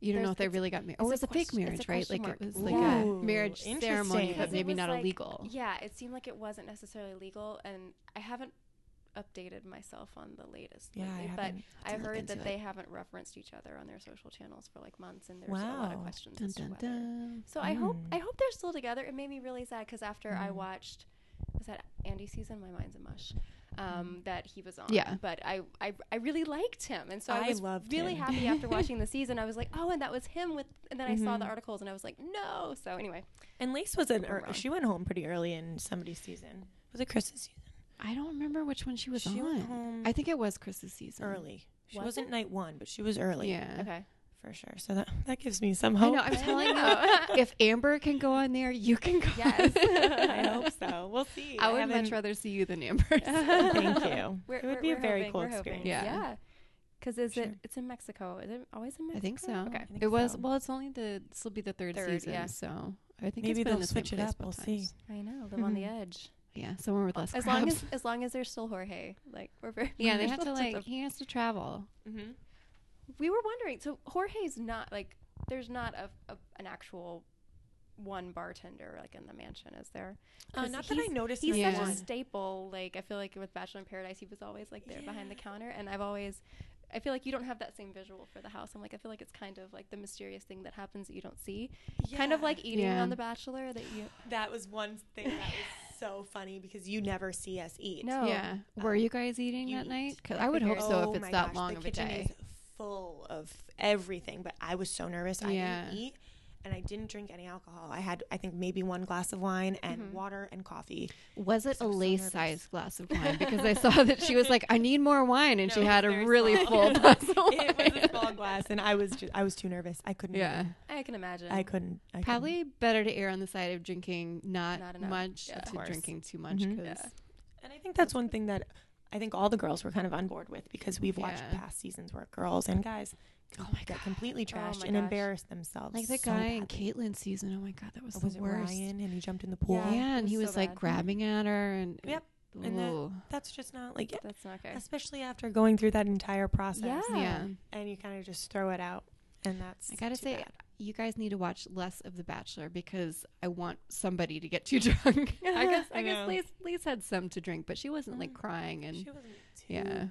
[SPEAKER 7] You don't know
[SPEAKER 5] There's-
[SPEAKER 7] if they
[SPEAKER 5] it's-
[SPEAKER 7] really got married.
[SPEAKER 5] it's
[SPEAKER 7] Oh,
[SPEAKER 5] a
[SPEAKER 7] it was a fake
[SPEAKER 5] question- it's
[SPEAKER 7] marriage,
[SPEAKER 5] a
[SPEAKER 7] right?
[SPEAKER 5] question
[SPEAKER 7] Like it
[SPEAKER 5] mark.
[SPEAKER 7] was like a
[SPEAKER 6] Ooh,
[SPEAKER 7] marriage ceremony,
[SPEAKER 6] interesting.
[SPEAKER 7] but
[SPEAKER 5] Because it
[SPEAKER 7] maybe
[SPEAKER 5] was
[SPEAKER 7] not
[SPEAKER 5] like-
[SPEAKER 7] illegal.
[SPEAKER 5] yeah it seemed like it wasn't necessarily legal and i haven't updated myself on the latest
[SPEAKER 6] Yeah, I
[SPEAKER 5] lately, but
[SPEAKER 6] haven't.
[SPEAKER 5] i
[SPEAKER 7] Have to look
[SPEAKER 5] heard
[SPEAKER 7] into
[SPEAKER 5] that
[SPEAKER 7] it.
[SPEAKER 5] they haven't referenced each other on their social channels for like months and there's a lot of
[SPEAKER 6] Wow.
[SPEAKER 5] questions
[SPEAKER 7] Dun,
[SPEAKER 5] as to
[SPEAKER 7] dun,
[SPEAKER 5] whether
[SPEAKER 7] dun.
[SPEAKER 5] So I hope
[SPEAKER 6] Mm.
[SPEAKER 5] I hope they're still together. It made me really sad because after I watched was that Andy season, my mind's a mush. Um, that he was on.
[SPEAKER 7] Yeah.
[SPEAKER 5] But I, I I really liked him. And so I,
[SPEAKER 6] I
[SPEAKER 5] was
[SPEAKER 6] loved
[SPEAKER 5] really
[SPEAKER 6] him.
[SPEAKER 5] happy after watching the season. I was like, Oh, and that was him with and then I saw the articles and I was like, No. So anyway.
[SPEAKER 6] and lace was an
[SPEAKER 5] Or-
[SPEAKER 6] ear she went home pretty early in somebody's season was it chris's season
[SPEAKER 7] I don't remember which one she was
[SPEAKER 6] She
[SPEAKER 7] on.
[SPEAKER 6] went home
[SPEAKER 7] I think it was Chris's season.
[SPEAKER 6] early she
[SPEAKER 5] Was
[SPEAKER 6] was not night one but she was early
[SPEAKER 7] Yeah.
[SPEAKER 5] Okay.
[SPEAKER 6] for sure so that that gives me some
[SPEAKER 7] I
[SPEAKER 6] hope
[SPEAKER 7] know. I'm telling you, if Amber can go on there, you can go.
[SPEAKER 5] Yes.
[SPEAKER 6] I hope so we'll see
[SPEAKER 7] I would
[SPEAKER 6] haven't-
[SPEAKER 7] much rather see you than Amber.
[SPEAKER 6] thank you
[SPEAKER 5] We're-
[SPEAKER 6] it would
[SPEAKER 5] we're-
[SPEAKER 6] be a
[SPEAKER 5] we're
[SPEAKER 6] very
[SPEAKER 5] hoping-
[SPEAKER 6] cool
[SPEAKER 5] we're hoping.
[SPEAKER 6] experience
[SPEAKER 7] Yeah.
[SPEAKER 5] Yeah. Cause is it
[SPEAKER 6] Sure.
[SPEAKER 5] it's in Mexico. Is it always in
[SPEAKER 7] I
[SPEAKER 5] Mexico?
[SPEAKER 7] think so.
[SPEAKER 5] Okay.
[SPEAKER 6] think
[SPEAKER 7] it was
[SPEAKER 6] so.
[SPEAKER 7] well. It's only the this will be the third,
[SPEAKER 5] Third,
[SPEAKER 7] season,
[SPEAKER 5] yeah.
[SPEAKER 7] so I think it's
[SPEAKER 6] maybe
[SPEAKER 7] been in
[SPEAKER 6] they'll
[SPEAKER 7] the same
[SPEAKER 6] switch it
[SPEAKER 7] place
[SPEAKER 6] up
[SPEAKER 7] both
[SPEAKER 6] we'll see
[SPEAKER 7] times.
[SPEAKER 5] I know. Live on the edge.
[SPEAKER 7] yeah, somewhere with less
[SPEAKER 5] As
[SPEAKER 7] crabs.
[SPEAKER 5] long as as long as there's still Jorge, like we're very
[SPEAKER 7] yeah, they have
[SPEAKER 5] there's
[SPEAKER 7] to
[SPEAKER 5] lots of
[SPEAKER 7] like he has to travel.
[SPEAKER 6] Mm-hmm. Uh,
[SPEAKER 5] We were wondering. So Jorge's not like there's not a, a an actual one bartender like in the mansion, is there?
[SPEAKER 6] Uh,
[SPEAKER 5] 'Cause
[SPEAKER 6] not that I
[SPEAKER 5] he's-
[SPEAKER 6] noticed
[SPEAKER 5] He's
[SPEAKER 7] this
[SPEAKER 5] such a
[SPEAKER 7] one.
[SPEAKER 5] staple. Like I feel like with Bachelor in Paradise, he was always like there behind the counter, and I've always. I feel like you don't have that same visual for the house. I'm like, I feel like it's kind of like the mysterious thing that happens that you don't see. Kind of
[SPEAKER 6] Yeah.
[SPEAKER 5] like eating
[SPEAKER 7] Yeah.
[SPEAKER 5] on The Bachelor that you.
[SPEAKER 6] That was one thing that was so funny because you never see us eat.
[SPEAKER 5] No. Oh.
[SPEAKER 7] yeah, were you guys eating
[SPEAKER 6] you
[SPEAKER 7] that
[SPEAKER 6] eat.
[SPEAKER 7] night? Because I would hope so
[SPEAKER 6] Oh
[SPEAKER 7] if it's
[SPEAKER 6] my
[SPEAKER 7] that
[SPEAKER 6] gosh,
[SPEAKER 7] long
[SPEAKER 6] the
[SPEAKER 7] of a
[SPEAKER 6] kitchen
[SPEAKER 7] day.
[SPEAKER 6] Is full of everything, but I was so nervous. I
[SPEAKER 7] Yeah.
[SPEAKER 6] didn't eat and I didn't drink any alcohol. I had, I think, maybe one glass of wine and water and coffee.
[SPEAKER 7] Was it a
[SPEAKER 6] so nervous.
[SPEAKER 7] lace-sized glass of wine? Because I saw that she was like, "I need more wine," and she had a really full glass of
[SPEAKER 6] It was a
[SPEAKER 7] wine.
[SPEAKER 6] small glass, and I was, just, I was too nervous. I couldn't.
[SPEAKER 7] yeah,
[SPEAKER 5] I can imagine.
[SPEAKER 6] I couldn't. I
[SPEAKER 7] probably better to err on the side of drinking not,
[SPEAKER 5] Not enough.
[SPEAKER 7] much
[SPEAKER 5] Yeah. Of
[SPEAKER 7] to
[SPEAKER 6] course.
[SPEAKER 7] drinking too much.
[SPEAKER 6] Mhm.
[SPEAKER 7] 'cause-
[SPEAKER 5] Yeah.
[SPEAKER 6] And I think that's one thing that I think all the girls were kind of on board with because we've watched
[SPEAKER 7] Yeah. Oh
[SPEAKER 6] past seasons where girls and guys get completely trashed
[SPEAKER 5] my
[SPEAKER 6] and
[SPEAKER 5] gosh.
[SPEAKER 6] embarrass themselves.
[SPEAKER 7] like the
[SPEAKER 6] so
[SPEAKER 7] guy in
[SPEAKER 6] badly.
[SPEAKER 7] Caitlyn season. Oh my god, that was,
[SPEAKER 6] Oh, was
[SPEAKER 7] the
[SPEAKER 6] it
[SPEAKER 7] worst.
[SPEAKER 6] Ryan and he jumped in the pool?
[SPEAKER 7] Yeah,
[SPEAKER 5] Yeah, it
[SPEAKER 7] and he
[SPEAKER 5] was
[SPEAKER 7] was
[SPEAKER 5] so
[SPEAKER 7] like
[SPEAKER 5] bad.
[SPEAKER 7] grabbing at her, and
[SPEAKER 6] Yep, and that-
[SPEAKER 7] Ooh.
[SPEAKER 6] That's just not like
[SPEAKER 5] That's not okay.
[SPEAKER 6] especially after going through that entire process.
[SPEAKER 5] Yeah.
[SPEAKER 7] yeah.
[SPEAKER 6] And you kind of just throw it out. And that's
[SPEAKER 7] I gotta
[SPEAKER 6] too
[SPEAKER 7] say,
[SPEAKER 6] bad.
[SPEAKER 7] you guys need to watch less of The Bachelor because I want somebody to get too drunk. I guess I,
[SPEAKER 6] I
[SPEAKER 7] guess
[SPEAKER 6] know.
[SPEAKER 7] Lise, Lise had some to drink, but she wasn't
[SPEAKER 5] Mm.
[SPEAKER 7] like crying and
[SPEAKER 6] she wasn't too
[SPEAKER 7] yeah,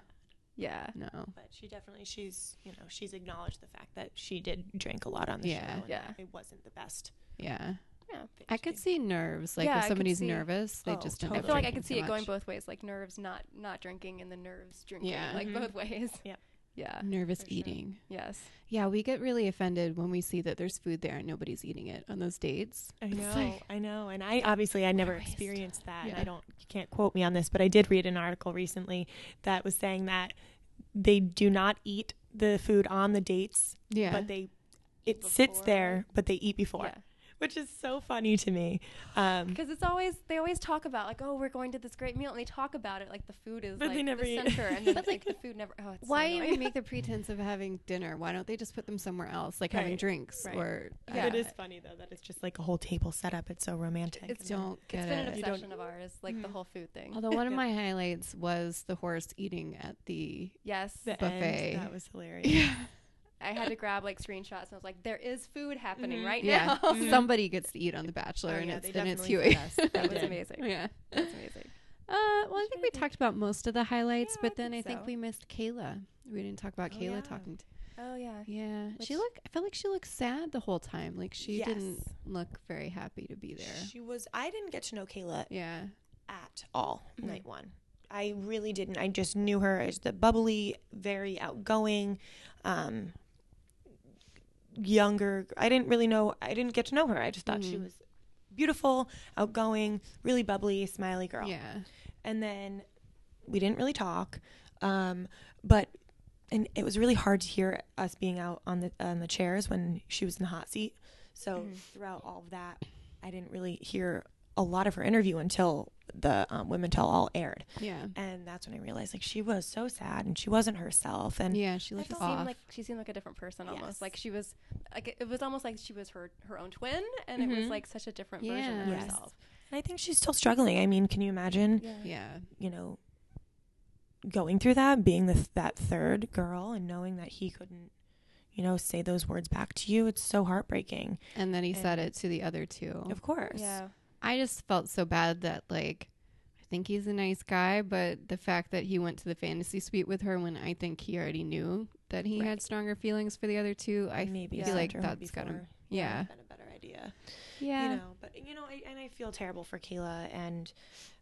[SPEAKER 5] Yeah.
[SPEAKER 7] no,
[SPEAKER 6] but she definitely she's you know, she's acknowledged the fact that she did drink a lot on the
[SPEAKER 7] Yeah.
[SPEAKER 6] show. and
[SPEAKER 5] Yeah.
[SPEAKER 6] that It wasn't the best.
[SPEAKER 7] yeah.
[SPEAKER 5] Yeah.
[SPEAKER 6] thing
[SPEAKER 7] I
[SPEAKER 6] to
[SPEAKER 7] could
[SPEAKER 6] do.
[SPEAKER 7] see nerves. Like
[SPEAKER 5] Yeah, I
[SPEAKER 7] if
[SPEAKER 5] could
[SPEAKER 7] somebody's
[SPEAKER 5] see-
[SPEAKER 7] nervous, they
[SPEAKER 6] Oh,
[SPEAKER 7] just don't.
[SPEAKER 6] totally.
[SPEAKER 5] I
[SPEAKER 7] end up
[SPEAKER 5] feel like I
[SPEAKER 7] drinking
[SPEAKER 5] could see
[SPEAKER 7] too
[SPEAKER 5] it going
[SPEAKER 7] much.
[SPEAKER 5] both ways, like nerves not not drinking and the nerves drinking,
[SPEAKER 7] Yeah.
[SPEAKER 5] like
[SPEAKER 6] Mm-hmm.
[SPEAKER 5] both ways.
[SPEAKER 6] Yep.
[SPEAKER 5] Yeah.
[SPEAKER 7] Nervous
[SPEAKER 6] for sure.
[SPEAKER 7] eating.
[SPEAKER 5] Yes.
[SPEAKER 7] Yeah, we get really offended when we see that there's food there and nobody's eating it on those dates.
[SPEAKER 6] I
[SPEAKER 7] It's
[SPEAKER 6] know,
[SPEAKER 7] like-
[SPEAKER 6] I know, and I obviously I never
[SPEAKER 7] Christ.
[SPEAKER 6] experienced that. and
[SPEAKER 7] Yeah.
[SPEAKER 6] I don't you can't quote me on this, but I did read an article recently that was saying that they do not eat the food on the dates,
[SPEAKER 7] yeah.
[SPEAKER 6] but they it sits there, but they eat before,
[SPEAKER 5] Yeah.
[SPEAKER 6] which is so funny to me. Um,
[SPEAKER 5] Because it's always they always talk about like oh we're going to this great meal and they talk about it like the food is
[SPEAKER 6] But
[SPEAKER 5] like
[SPEAKER 6] they never
[SPEAKER 5] the
[SPEAKER 6] eat.
[SPEAKER 5] center and then like the food never oh it's so
[SPEAKER 7] why even
[SPEAKER 5] annoying.
[SPEAKER 7] make the pretense of having dinner? Why don't they just put them somewhere else, like having
[SPEAKER 6] Right,
[SPEAKER 7] drinks
[SPEAKER 6] right.
[SPEAKER 7] or uh,
[SPEAKER 5] Yeah.
[SPEAKER 6] It is funny though that it's just like a whole table set up. It's so romantic.
[SPEAKER 5] It's-
[SPEAKER 7] I don't get
[SPEAKER 5] it's been an
[SPEAKER 7] it.
[SPEAKER 6] You don't-
[SPEAKER 5] obsession of ours like
[SPEAKER 6] Mm.
[SPEAKER 5] the whole food thing.
[SPEAKER 7] Although one of my highlights was the horse eating at the
[SPEAKER 5] yes,
[SPEAKER 6] the
[SPEAKER 7] buffet.
[SPEAKER 6] end, that was hilarious.
[SPEAKER 5] I had to grab like screenshots and I was like there is food happening
[SPEAKER 6] Mm-hmm.
[SPEAKER 5] right
[SPEAKER 7] yeah. Mm-hmm.
[SPEAKER 5] now.
[SPEAKER 7] Somebody gets to eat on The Bachelor,
[SPEAKER 6] Oh,
[SPEAKER 7] and
[SPEAKER 6] yeah,
[SPEAKER 7] it's
[SPEAKER 6] they
[SPEAKER 7] and it's
[SPEAKER 6] definitely
[SPEAKER 7] Huey.
[SPEAKER 6] fed us. They
[SPEAKER 5] that was
[SPEAKER 6] did.
[SPEAKER 5] amazing.
[SPEAKER 7] yeah.
[SPEAKER 5] That's amazing.
[SPEAKER 7] Uh, well, I think we talked about most of the highlights,
[SPEAKER 5] Yeah, I
[SPEAKER 7] but then I
[SPEAKER 5] think
[SPEAKER 7] think
[SPEAKER 5] so.
[SPEAKER 7] we missed Kayla. We didn't talk about
[SPEAKER 6] Oh,
[SPEAKER 7] Kayla
[SPEAKER 6] yeah.
[SPEAKER 7] talking. To,
[SPEAKER 5] Oh yeah.
[SPEAKER 7] yeah, she
[SPEAKER 5] Which-
[SPEAKER 7] looked. I felt like she looked sad the whole time. Like she didn't
[SPEAKER 6] Yes.
[SPEAKER 7] look very happy to be there.
[SPEAKER 6] She was. I didn't get to know Kayla
[SPEAKER 7] yeah,
[SPEAKER 6] at all night one. I really didn't. I just knew her as the bubbly, very outgoing, um, younger. I didn't really know. I didn't get to know her. I just thought she was beautiful, outgoing, really bubbly, smiley girl.
[SPEAKER 7] yeah.
[SPEAKER 6] And then we didn't really talk, um, but and it was really hard to hear us being out on the on the chairs when she was in the hot seat. So throughout all of that, I didn't really hear a lot of her interview until the um, Women Tell All aired,
[SPEAKER 7] Yeah.
[SPEAKER 6] and that's when I realized like she was so sad and she wasn't herself. And
[SPEAKER 7] Yeah, she looked
[SPEAKER 5] She
[SPEAKER 7] off.
[SPEAKER 5] seemed like she seemed like a different person almost.
[SPEAKER 6] Yes.
[SPEAKER 5] Like she was like it was almost like she was her her own twin and it was like such a different version of
[SPEAKER 7] Yeah. Yes.
[SPEAKER 5] herself.
[SPEAKER 6] and I think she's still struggling. I mean, can you imagine?
[SPEAKER 7] yeah,
[SPEAKER 6] you know, going through that, being the, that third girl, and knowing that he couldn't, you know, say those words back to you, it's so heartbreaking.
[SPEAKER 7] and then he said it to the other two.
[SPEAKER 6] Of course.
[SPEAKER 5] Yeah.
[SPEAKER 7] I just felt so bad that like I think he's a nice guy, but the fact that he went to the fantasy suite with her when I think he already knew that he had stronger feelings for the other two, I
[SPEAKER 6] Maybe
[SPEAKER 7] feel like
[SPEAKER 6] after him
[SPEAKER 7] that's got him.
[SPEAKER 6] before.
[SPEAKER 7] Yeah,
[SPEAKER 6] Been a better idea.
[SPEAKER 7] yeah,
[SPEAKER 6] You know, but you know, I, and I feel terrible for Kayla, and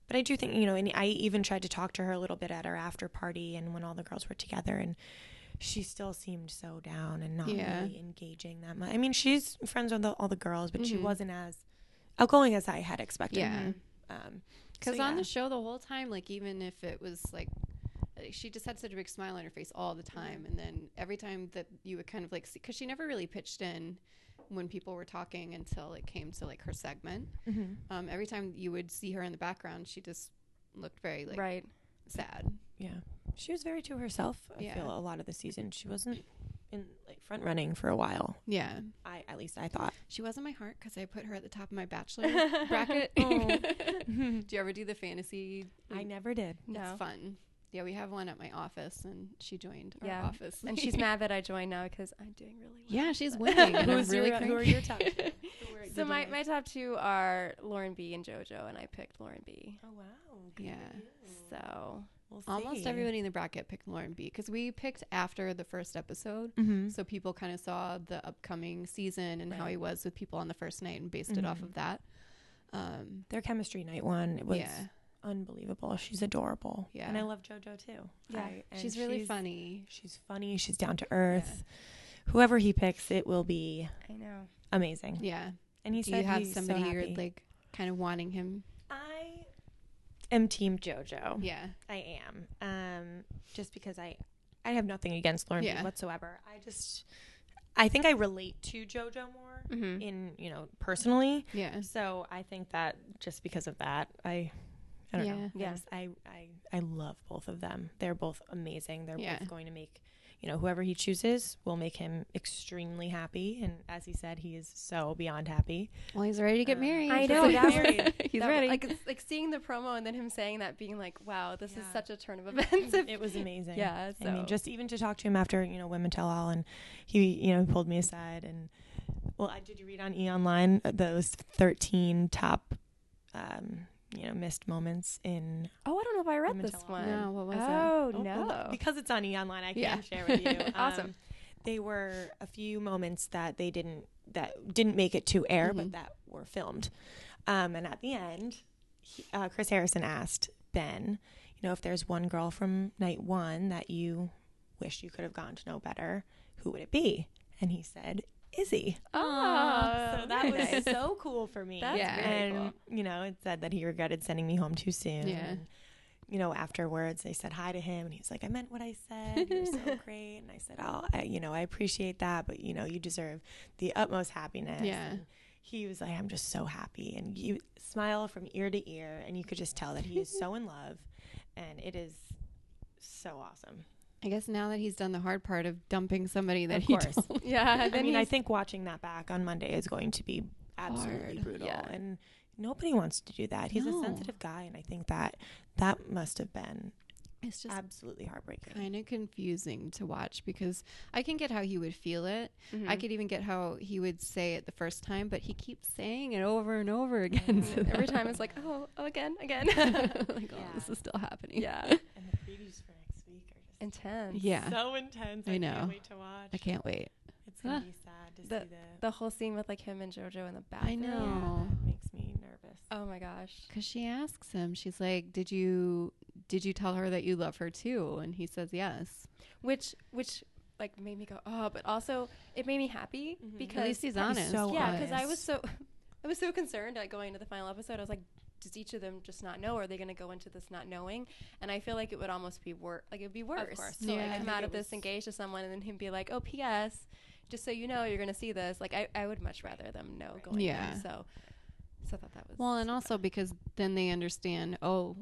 [SPEAKER 6] but I do think you know, and I even tried to talk to her a little bit at our after party, and when all the girls were together, and she still seemed so down and not
[SPEAKER 7] Yeah.
[SPEAKER 6] really engaging that much. I mean, she's friends with the, all the girls, but she wasn't as outgoing as I had expected.
[SPEAKER 7] Mm-hmm. yeah.
[SPEAKER 6] Um, so,
[SPEAKER 7] Because on
[SPEAKER 6] yeah.
[SPEAKER 7] the show the whole time, like even if it was like. She just had such a big smile on her face all the time, and then every time that you would kind of like see, because she never really pitched in when people were talking until it came to like her segment. Um, every time you would see her in the background, she just looked very like
[SPEAKER 5] right.
[SPEAKER 7] sad.
[SPEAKER 6] Yeah. She was very to herself. I
[SPEAKER 7] Yeah.
[SPEAKER 6] feel a lot of the season. She wasn't in like front running for a while.
[SPEAKER 7] Yeah.
[SPEAKER 6] I at least I thought.
[SPEAKER 7] She was in my heart because I put her at the top of my bachelor bracket. do you ever do the fantasy?
[SPEAKER 6] I never did.
[SPEAKER 5] No.
[SPEAKER 7] It's fun. Yeah, we have one at my office, and she joined our
[SPEAKER 5] Yeah.
[SPEAKER 7] office.
[SPEAKER 5] And she's mad that I joined now because I'm doing really well.
[SPEAKER 7] yeah, she's winning. and I'm
[SPEAKER 6] Who's
[SPEAKER 7] really
[SPEAKER 6] your, who are
[SPEAKER 7] cranky.
[SPEAKER 6] your top?
[SPEAKER 5] So my, my top two are Lauren B and JoJo, and I picked Lauren B.
[SPEAKER 6] oh wow.
[SPEAKER 7] Yeah.
[SPEAKER 5] So
[SPEAKER 6] We'll
[SPEAKER 7] Almost
[SPEAKER 6] see.
[SPEAKER 7] everybody in the bracket picked Lauren B because we picked after the first episode.
[SPEAKER 6] Mm-hmm.
[SPEAKER 7] So people kind of saw the upcoming season and how he was with people on the first night and based it off of that. Um,
[SPEAKER 6] Their chemistry night one was
[SPEAKER 7] Yeah.
[SPEAKER 6] unbelievable. She's adorable.
[SPEAKER 7] Yeah.
[SPEAKER 6] And I love JoJo too.
[SPEAKER 5] Yeah.
[SPEAKER 6] I- and
[SPEAKER 7] she's really funny.
[SPEAKER 6] She's funny. She's down to earth. Whoever he picks, it will be
[SPEAKER 5] I know.
[SPEAKER 6] amazing.
[SPEAKER 7] Yeah.
[SPEAKER 6] And he
[SPEAKER 7] Do
[SPEAKER 6] said
[SPEAKER 7] you have
[SPEAKER 6] he's so
[SPEAKER 7] somebody you're
[SPEAKER 6] happy.
[SPEAKER 7] like kind of wanting him?
[SPEAKER 6] I am team JoJo.
[SPEAKER 7] Yeah.
[SPEAKER 6] I am. Um, just because I, I have nothing against Lauren B
[SPEAKER 7] Yeah.
[SPEAKER 6] whatsoever. I just, I think I relate to JoJo more
[SPEAKER 7] Mm-hmm.
[SPEAKER 6] in you know personally.
[SPEAKER 7] Yeah.
[SPEAKER 6] So I think that just because of that, I, I don't
[SPEAKER 7] Yeah.
[SPEAKER 6] know.
[SPEAKER 5] Yeah.
[SPEAKER 6] Yes, I, I, I love both of them. They're both amazing. They're
[SPEAKER 7] Yeah.
[SPEAKER 6] both going to make, you know, whoever he chooses will make him extremely happy. And as he said, he is so beyond happy.
[SPEAKER 7] Well, he's ready to get married.
[SPEAKER 5] I know. That was-
[SPEAKER 7] he's
[SPEAKER 5] that-
[SPEAKER 7] ready.
[SPEAKER 5] Like it's like seeing the promo and then him saying that, being like, "Wow, this is such a turn of events."
[SPEAKER 6] It was amazing.
[SPEAKER 5] Yeah,
[SPEAKER 6] Mm-hmm. I
[SPEAKER 5] so-
[SPEAKER 6] mean, just even to talk to him after you know Women Tell All, and he you know pulled me aside and well, I, did you read on E Online uh, those thirteen top um, you know missed moments in?
[SPEAKER 5] oh, I don't know if I read
[SPEAKER 6] Women
[SPEAKER 5] this
[SPEAKER 6] tell all.
[SPEAKER 5] one.
[SPEAKER 7] No, what was it?
[SPEAKER 5] oh,
[SPEAKER 6] Oh,
[SPEAKER 5] no.
[SPEAKER 6] well, because it's on E Online, I
[SPEAKER 7] Yeah.
[SPEAKER 6] can share with you.
[SPEAKER 5] Awesome.
[SPEAKER 6] Um, They were a few moments that they didn't that didn't make it to air,
[SPEAKER 5] Mm-hmm.
[SPEAKER 6] but that were filmed. Um, and at the end, he, uh, Chris Harrison asked Ben, you know, if there's one girl from night one that you wish you could have gotten to know better, who would it be? And he said, Izzy.
[SPEAKER 5] oh,
[SPEAKER 6] So that was so cool for me.
[SPEAKER 5] That's
[SPEAKER 7] Yeah.
[SPEAKER 5] really
[SPEAKER 6] and, you know, it said that he regretted sending me home too soon.
[SPEAKER 7] Yeah.
[SPEAKER 6] And, you know, afterwards, I said hi to him, and he's like, I meant what I said. You're so great. And I said, Oh, I, you know, I appreciate that, but, you know, you deserve the utmost happiness.
[SPEAKER 7] Yeah.
[SPEAKER 6] And he was like, I'm just so happy. And you smile from ear to ear, and you could just tell that he is so in love, and it is so awesome.
[SPEAKER 7] I guess now that he's done the hard part of dumping somebody that
[SPEAKER 6] Of
[SPEAKER 7] he
[SPEAKER 6] course.
[SPEAKER 7] don't-
[SPEAKER 5] yeah.
[SPEAKER 6] I
[SPEAKER 5] Then
[SPEAKER 6] mean, I
[SPEAKER 5] he's-
[SPEAKER 6] think watching that back on Monday is going to be absolutely
[SPEAKER 7] Hard.
[SPEAKER 6] brutal,
[SPEAKER 5] Yeah.
[SPEAKER 6] and nobody wants to do that. He's
[SPEAKER 7] No.
[SPEAKER 6] a sensitive guy, and I think that that must have been
[SPEAKER 7] it's just
[SPEAKER 6] absolutely heartbreaking.
[SPEAKER 7] kind of confusing to watch because I can get how he would feel it.
[SPEAKER 5] Mm-hmm.
[SPEAKER 7] I could even get how he would say it the first time, but he keeps saying it over and over again. So that-
[SPEAKER 5] Mm-hmm. every time it's like, "Oh, oh, again, again."
[SPEAKER 7] like, oh, this is still happening.
[SPEAKER 5] yeah.
[SPEAKER 6] And the previews for next week are just
[SPEAKER 5] Intense.
[SPEAKER 7] Yeah.
[SPEAKER 6] so intense.
[SPEAKER 7] I I can't know.
[SPEAKER 6] wait to watch.
[SPEAKER 7] I can't wait.
[SPEAKER 6] It's
[SPEAKER 7] gonna
[SPEAKER 6] gonna
[SPEAKER 7] Ah.
[SPEAKER 6] be sad to
[SPEAKER 5] The- see
[SPEAKER 6] see that.
[SPEAKER 5] The whole scene with like him and JoJo in the bathroom.
[SPEAKER 7] I know.
[SPEAKER 6] makes me nervous.
[SPEAKER 5] Oh my gosh.
[SPEAKER 7] Cause she asks him, she's like, "Did you did you tell her that you love her too?" And he says, "Yes."
[SPEAKER 5] Which which like made me go oh, but also it made me happy because
[SPEAKER 7] At least he's honest.
[SPEAKER 6] so
[SPEAKER 5] yeah,
[SPEAKER 6] honest.
[SPEAKER 5] because I was so I was so concerned like going into the final episode. I was like, does each of them just not know? Or are they going to go into this not knowing? And I feel like it would almost be worse. Like it'd be worse
[SPEAKER 3] course.
[SPEAKER 5] to
[SPEAKER 7] Yeah. I
[SPEAKER 5] like come
[SPEAKER 7] think
[SPEAKER 5] out
[SPEAKER 3] it
[SPEAKER 5] of this
[SPEAKER 3] was-
[SPEAKER 5] engaged to someone and then him be like, oh, P.S. Just so you know, you're going to see this. Like I, I would much rather them know going. Yeah.
[SPEAKER 7] Yeah.
[SPEAKER 5] so so I thought that was
[SPEAKER 7] Well, and also because then they understand, oh,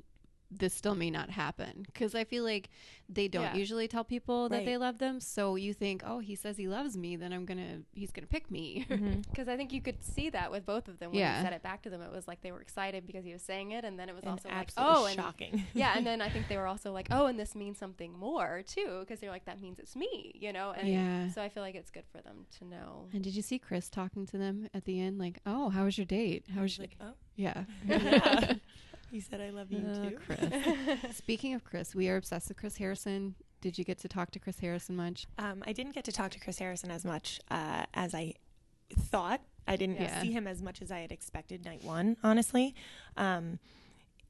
[SPEAKER 7] this still may not happen. Because I feel like they don't
[SPEAKER 5] Yeah.
[SPEAKER 7] usually tell people that
[SPEAKER 6] Right.
[SPEAKER 7] they love them. So you think, oh, he says he loves me, then I'm gonna, he's gonna pick me.
[SPEAKER 6] Mm-hmm.
[SPEAKER 5] because I think you could see that with both of them when
[SPEAKER 7] Yeah.
[SPEAKER 5] he said it back to them. It was like they were excited because he was saying it, and then it was also like,
[SPEAKER 6] absolutely
[SPEAKER 5] oh, and
[SPEAKER 6] shocking.
[SPEAKER 5] yeah, and then I think they were also like, oh, and this means something more too, because they're like, that means it's me, you know. And
[SPEAKER 7] Yeah.
[SPEAKER 5] so I feel like it's good for them to know.
[SPEAKER 7] and did you see Chris talking to them at the end, like, oh, how was your date? How was
[SPEAKER 6] He's
[SPEAKER 7] your
[SPEAKER 6] like, oh,
[SPEAKER 7] yeah?
[SPEAKER 6] he said, "I love you
[SPEAKER 7] Oh,
[SPEAKER 6] too."
[SPEAKER 7] Chris. Speaking of Chris, we are obsessed with Chris Harrison. Did you get to talk to Chris Harrison much?
[SPEAKER 6] Um, I didn't get to talk to Chris Harrison as much uh, as I thought. I didn't
[SPEAKER 7] Yeah.
[SPEAKER 6] see him as much as I had expected night one, honestly. Um,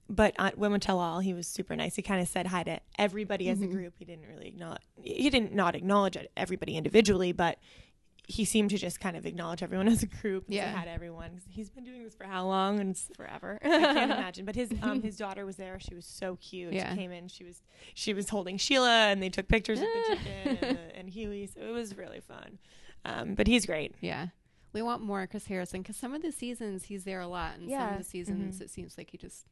[SPEAKER 6] but at Women Tell All, he was super nice. He kind of said hi to everybody as a
[SPEAKER 7] Mm-hmm.
[SPEAKER 6] group. He didn't really acknowledge, he didn't not acknowledge everybody individually, but he seemed to just kind of acknowledge everyone as a group. and say
[SPEAKER 7] Yeah.
[SPEAKER 6] hi to everyone. He's been doing this for how long? And it's
[SPEAKER 5] Forever.
[SPEAKER 6] I can't imagine. But his um, his daughter was there. She was so cute.
[SPEAKER 7] Yeah.
[SPEAKER 6] She came in. She was she was holding Sheila, and they took pictures of the chicken and, the, and Huey. So it was really fun. Um, but he's great.
[SPEAKER 7] Yeah. We want more Chris Harrison because some of the seasons he's there a lot, and some
[SPEAKER 5] Yeah.
[SPEAKER 6] Mm-hmm.
[SPEAKER 7] of the seasons it seems like he just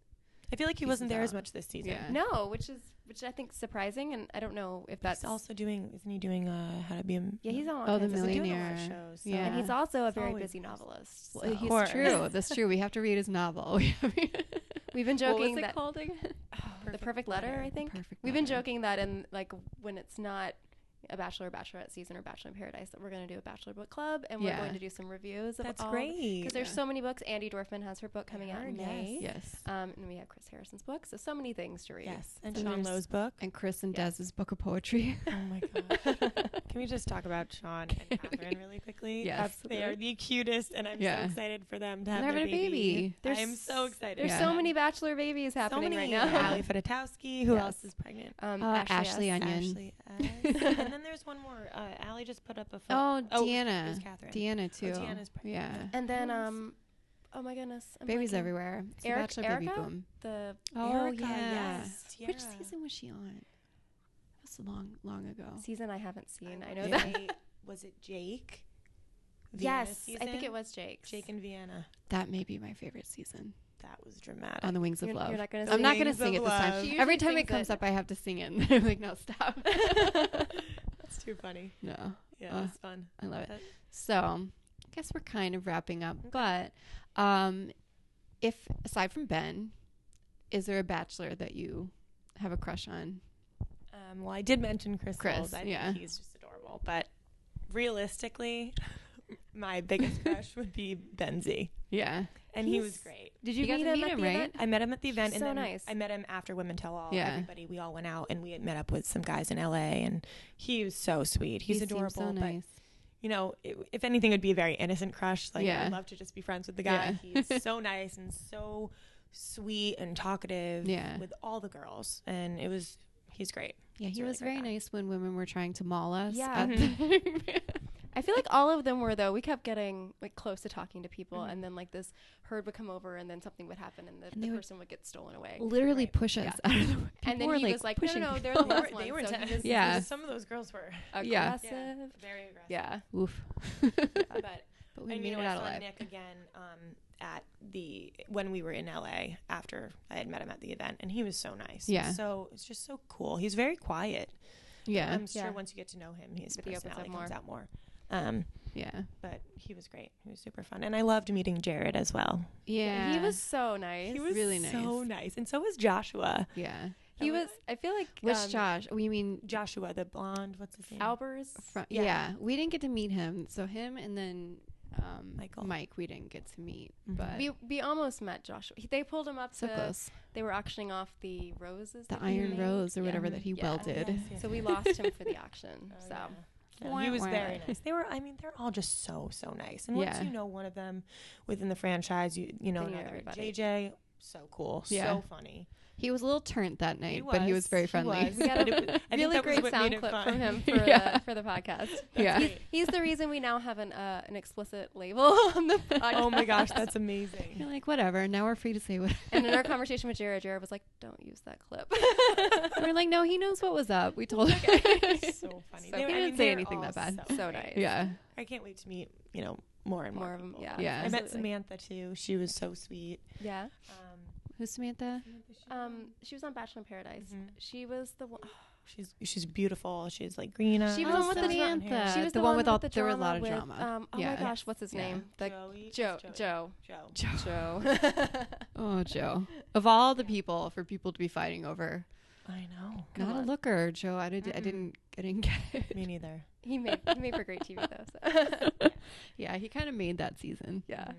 [SPEAKER 6] I feel like he wasn't there as
[SPEAKER 7] out.
[SPEAKER 6] much this season.
[SPEAKER 7] yeah.
[SPEAKER 5] no, which is which I think surprising, and I don't know if
[SPEAKER 6] That's
[SPEAKER 5] that's
[SPEAKER 6] also doing. Isn't he doing uh, How to Be a?
[SPEAKER 5] yeah, he's on all
[SPEAKER 7] Oh,
[SPEAKER 5] kinds
[SPEAKER 7] The
[SPEAKER 5] of-
[SPEAKER 6] he's doing a lot
[SPEAKER 7] Millionaire.
[SPEAKER 6] of shows. so-
[SPEAKER 7] Yeah.
[SPEAKER 5] and he's also a
[SPEAKER 6] It's
[SPEAKER 5] very
[SPEAKER 6] always
[SPEAKER 5] busy
[SPEAKER 6] busy.
[SPEAKER 5] novelist.
[SPEAKER 7] Well,
[SPEAKER 5] so-
[SPEAKER 7] he's
[SPEAKER 6] course.
[SPEAKER 7] true. That's true. We have to read his novel.
[SPEAKER 5] We've been
[SPEAKER 7] what
[SPEAKER 5] joking
[SPEAKER 7] was it
[SPEAKER 5] that
[SPEAKER 7] called again?
[SPEAKER 5] the perfect letter, I think.
[SPEAKER 7] Perfect
[SPEAKER 5] We've been
[SPEAKER 7] Letter.
[SPEAKER 5] joking that in like when it's not a bachelor or bachelorette season or bachelor in paradise that we're going to do a bachelor book club and
[SPEAKER 7] Yeah.
[SPEAKER 5] we're going to do some reviews of
[SPEAKER 6] That's
[SPEAKER 5] all
[SPEAKER 6] great.
[SPEAKER 5] because there's so many books andy dorfman has her book coming out in
[SPEAKER 6] heard, yes.
[SPEAKER 5] may
[SPEAKER 7] Yes.
[SPEAKER 5] um, and we have chris harrison's book so so many things to read
[SPEAKER 6] Yes, and
[SPEAKER 7] So
[SPEAKER 6] Sean
[SPEAKER 7] there's-
[SPEAKER 6] Lowe's book.
[SPEAKER 7] And Chris and Dez's book of poetry.
[SPEAKER 6] Oh my gosh. Can we just talk about Sean and Catherine really quickly?
[SPEAKER 7] Yes.
[SPEAKER 6] They are the cutest, and I'm
[SPEAKER 7] Yeah.
[SPEAKER 6] so excited for them to have
[SPEAKER 7] They're
[SPEAKER 6] their
[SPEAKER 7] having a baby.
[SPEAKER 6] baby.
[SPEAKER 5] There's
[SPEAKER 6] I'm so
[SPEAKER 5] s-
[SPEAKER 6] excited.
[SPEAKER 5] there's
[SPEAKER 7] Yeah.
[SPEAKER 5] so many bachelor babies
[SPEAKER 6] So
[SPEAKER 5] happening
[SPEAKER 6] many.
[SPEAKER 5] right now
[SPEAKER 6] Allie Fedotowsky. Who
[SPEAKER 5] Yes.
[SPEAKER 6] else is pregnant?
[SPEAKER 5] um,
[SPEAKER 7] Uh, Ashley
[SPEAKER 5] S.
[SPEAKER 7] Onion.
[SPEAKER 6] Ashley S. and then there's one more. Uh, Allie just put up a
[SPEAKER 7] Oh,
[SPEAKER 6] photo.
[SPEAKER 7] Deanna.
[SPEAKER 6] It was Catherine. Oh,
[SPEAKER 7] Deanna too.
[SPEAKER 6] Deanna's pregnant.
[SPEAKER 7] Yeah.
[SPEAKER 5] and then
[SPEAKER 6] Who else?
[SPEAKER 5] um oh my goodness I'm
[SPEAKER 7] Babies
[SPEAKER 5] blanking.
[SPEAKER 7] everywhere. It's
[SPEAKER 5] Eric-
[SPEAKER 7] a bachelor baby
[SPEAKER 5] Erica?
[SPEAKER 7] boom. Oh,
[SPEAKER 5] the
[SPEAKER 6] Erica, yes.
[SPEAKER 7] Which
[SPEAKER 6] Tiara.
[SPEAKER 7] season was she on? That was long, long ago.
[SPEAKER 5] season i haven't seen i,
[SPEAKER 6] would
[SPEAKER 5] know
[SPEAKER 7] yeah.
[SPEAKER 5] that
[SPEAKER 6] say- Was it Jake? Vienna
[SPEAKER 5] yes i think
[SPEAKER 6] season?
[SPEAKER 5] it was jake's
[SPEAKER 6] Jake and Vienna.
[SPEAKER 7] That may be my favorite season.
[SPEAKER 6] That was dramatic.
[SPEAKER 7] On the Wings
[SPEAKER 5] You're-
[SPEAKER 7] of Love.
[SPEAKER 5] you're not gonna
[SPEAKER 7] I'm
[SPEAKER 5] sing
[SPEAKER 7] not gonna
[SPEAKER 6] Wings
[SPEAKER 7] sing it
[SPEAKER 6] of
[SPEAKER 7] this
[SPEAKER 6] Love.
[SPEAKER 7] time.
[SPEAKER 5] She
[SPEAKER 7] Every
[SPEAKER 5] usually
[SPEAKER 7] time it
[SPEAKER 5] sings
[SPEAKER 7] comes
[SPEAKER 5] it.
[SPEAKER 7] up, I have to sing it. I'm like, no, stop.
[SPEAKER 6] That's too funny.
[SPEAKER 7] no,
[SPEAKER 6] Yeah,
[SPEAKER 7] Uh,
[SPEAKER 6] it was fun.
[SPEAKER 7] I love it.
[SPEAKER 6] That-
[SPEAKER 7] So, I guess we're kind of wrapping up. But um, if aside from Ben, is there a bachelor that you have a crush on?
[SPEAKER 6] Um, well, I did mention Chris.
[SPEAKER 7] Chris,
[SPEAKER 6] Knowles. I
[SPEAKER 7] yeah.
[SPEAKER 6] think he's just adorable. But realistically, my biggest crush would be Benzie,
[SPEAKER 7] Yeah.
[SPEAKER 6] and he was
[SPEAKER 5] He's-
[SPEAKER 6] great.
[SPEAKER 7] Did
[SPEAKER 5] you meet him at the event?
[SPEAKER 6] I met him at the event,
[SPEAKER 5] She's
[SPEAKER 6] and
[SPEAKER 5] so
[SPEAKER 6] then
[SPEAKER 5] nice.
[SPEAKER 6] I met him after Women Tell All.
[SPEAKER 7] Yeah.
[SPEAKER 6] Everybody, we all went out, and we had met up with some guys in L.A., and he was so sweet. He's
[SPEAKER 7] He seems
[SPEAKER 6] adorable.
[SPEAKER 7] So nice.
[SPEAKER 6] But you know, i if anything, it would be a very innocent crush. Like
[SPEAKER 7] Yeah.
[SPEAKER 6] I'd love to just be friends with the guy.
[SPEAKER 7] Yeah.
[SPEAKER 6] He's so nice and so sweet and talkative.
[SPEAKER 7] Yeah.
[SPEAKER 6] with all the girls, and it was he's great.
[SPEAKER 7] yeah,
[SPEAKER 6] He's
[SPEAKER 7] he
[SPEAKER 6] a really
[SPEAKER 7] was
[SPEAKER 6] great
[SPEAKER 7] very
[SPEAKER 6] guy.
[SPEAKER 7] nice when women were trying to maul us. Uh,
[SPEAKER 5] Yeah.
[SPEAKER 7] at the- Uh,
[SPEAKER 5] I feel like all of them were though. We kept getting like close to talking to people,
[SPEAKER 6] Mm-hmm.
[SPEAKER 5] and then like this herd would come over, and then something would happen, and the,
[SPEAKER 7] And they
[SPEAKER 5] the
[SPEAKER 7] would-
[SPEAKER 5] person would get stolen away.
[SPEAKER 7] Literally push us out of the way.
[SPEAKER 5] Mm-hmm. And
[SPEAKER 7] People
[SPEAKER 5] then
[SPEAKER 7] were,
[SPEAKER 5] he was like, "No, no,
[SPEAKER 7] pushing
[SPEAKER 5] no, they're
[SPEAKER 7] people.
[SPEAKER 5] the last one." so he was
[SPEAKER 7] Yeah.
[SPEAKER 6] Some of those girls were
[SPEAKER 7] Yeah.
[SPEAKER 5] aggressive.
[SPEAKER 6] very aggressive.
[SPEAKER 5] Yeah.
[SPEAKER 7] Oof. but
[SPEAKER 6] But
[SPEAKER 7] we
[SPEAKER 6] and,
[SPEAKER 7] made
[SPEAKER 6] you know,
[SPEAKER 7] it
[SPEAKER 6] I
[SPEAKER 7] out
[SPEAKER 6] saw
[SPEAKER 7] alive.
[SPEAKER 6] Nick again um, at the when we were in LA after I had met him at the event, and he was so nice.
[SPEAKER 7] Yeah.
[SPEAKER 6] So it's just so cool. He's very quiet.
[SPEAKER 7] Yeah.
[SPEAKER 6] I'm sure
[SPEAKER 5] Yeah.
[SPEAKER 6] once you get to know him, his
[SPEAKER 5] But he opens
[SPEAKER 6] personality
[SPEAKER 5] up
[SPEAKER 6] comes
[SPEAKER 5] more.
[SPEAKER 6] out more. Um,
[SPEAKER 7] yeah.
[SPEAKER 6] but he was great. He was super fun, and I loved meeting Jared as well.
[SPEAKER 7] Yeah.
[SPEAKER 5] He was so nice.
[SPEAKER 6] He was
[SPEAKER 7] really
[SPEAKER 6] so nice, and so was Joshua.
[SPEAKER 7] Yeah.
[SPEAKER 5] He was. I feel like
[SPEAKER 7] Which
[SPEAKER 5] um,
[SPEAKER 7] Josh? We mean
[SPEAKER 6] Joshua, the blonde. What's his name?
[SPEAKER 5] Albers.
[SPEAKER 7] Fro- yeah.
[SPEAKER 6] Yeah.
[SPEAKER 7] we didn't get to meet him. So him and then um,
[SPEAKER 6] Michael.
[SPEAKER 7] Mike, we didn't get to meet, but
[SPEAKER 5] We we almost met Joshua. He- They pulled him up.
[SPEAKER 7] so
[SPEAKER 5] to,
[SPEAKER 7] close.
[SPEAKER 5] They were auctioning off the roses.
[SPEAKER 7] The
[SPEAKER 5] that he
[SPEAKER 7] Iron
[SPEAKER 5] made.
[SPEAKER 7] Rose or
[SPEAKER 5] Yeah.
[SPEAKER 7] whatever Oh, that he
[SPEAKER 5] Yeah.
[SPEAKER 6] Yes,
[SPEAKER 7] welded.
[SPEAKER 6] Oh, yes,
[SPEAKER 5] So we
[SPEAKER 6] yes.
[SPEAKER 5] lost him for the auction. so
[SPEAKER 6] No, he
[SPEAKER 7] Wah,
[SPEAKER 6] was
[SPEAKER 7] wah.
[SPEAKER 6] very nice. They were, I mean, they're all just so so nice. And once
[SPEAKER 7] Yeah.
[SPEAKER 6] you know one of them within the franchise, you you know
[SPEAKER 5] Then you know
[SPEAKER 6] another.
[SPEAKER 5] everybody.
[SPEAKER 6] JJ, so cool,
[SPEAKER 7] Yeah.
[SPEAKER 6] so funny.
[SPEAKER 7] He was a little turnt that night, but he was very friendly.
[SPEAKER 6] was.
[SPEAKER 5] We got a
[SPEAKER 6] But it was- I think
[SPEAKER 5] really
[SPEAKER 6] that was
[SPEAKER 5] great
[SPEAKER 6] what made
[SPEAKER 5] sound
[SPEAKER 6] it
[SPEAKER 5] clip
[SPEAKER 6] fun.
[SPEAKER 5] from him for
[SPEAKER 7] Yeah.
[SPEAKER 5] the for the podcast.
[SPEAKER 7] yeah.
[SPEAKER 5] He's, he's the reason we now have an uh, an explicit label on the podcast.
[SPEAKER 6] Oh my gosh, that's amazing.
[SPEAKER 7] You're like, whatever. Now we're free to say what.
[SPEAKER 5] And in our conversation with Jared, Jared was like, "Don't use that clip."
[SPEAKER 7] And we're like, no, he knows what was up. We told him.
[SPEAKER 6] so
[SPEAKER 5] So
[SPEAKER 6] funny. They
[SPEAKER 5] he
[SPEAKER 6] were-
[SPEAKER 7] didn't
[SPEAKER 6] they
[SPEAKER 7] say
[SPEAKER 6] were
[SPEAKER 7] anything
[SPEAKER 6] all
[SPEAKER 7] that bad.
[SPEAKER 5] So nice.
[SPEAKER 7] yeah.
[SPEAKER 6] I can't wait to meet you know more and more,
[SPEAKER 5] More of 'em,
[SPEAKER 6] people.
[SPEAKER 5] yeah.
[SPEAKER 7] Yeah.
[SPEAKER 6] I met
[SPEAKER 5] Absolutely.
[SPEAKER 6] Samantha too. She was so sweet.
[SPEAKER 5] Yeah.
[SPEAKER 6] Um,
[SPEAKER 7] Who's Samantha?
[SPEAKER 5] Um, she was on Bachelor in Paradise.
[SPEAKER 7] Mm-hmm.
[SPEAKER 5] She was the one.
[SPEAKER 6] Mm-hmm. she's she's beautiful. She's like green.
[SPEAKER 5] She was the one with the
[SPEAKER 7] Samantha.
[SPEAKER 5] She was
[SPEAKER 7] Uh, the, one, with all.
[SPEAKER 5] the
[SPEAKER 7] there were a
[SPEAKER 5] drama
[SPEAKER 7] lot of
[SPEAKER 5] with,
[SPEAKER 7] drama.
[SPEAKER 5] Um, oh
[SPEAKER 7] yeah.
[SPEAKER 5] my gosh, what's his
[SPEAKER 7] Yeah.
[SPEAKER 5] name? The
[SPEAKER 6] Joey? It's
[SPEAKER 5] Joe.
[SPEAKER 6] Joey.
[SPEAKER 5] Joe.
[SPEAKER 6] Joe.
[SPEAKER 5] Joe.
[SPEAKER 7] Oh, Joe. Of all the people, for people to be fighting over,
[SPEAKER 6] I know.
[SPEAKER 7] not a looker, Joe. I, did, I didn't. I didn't get it.
[SPEAKER 6] Me neither.
[SPEAKER 5] he made he made for great TV though. So.
[SPEAKER 7] Yeah, he kind of made that season.
[SPEAKER 5] yeah.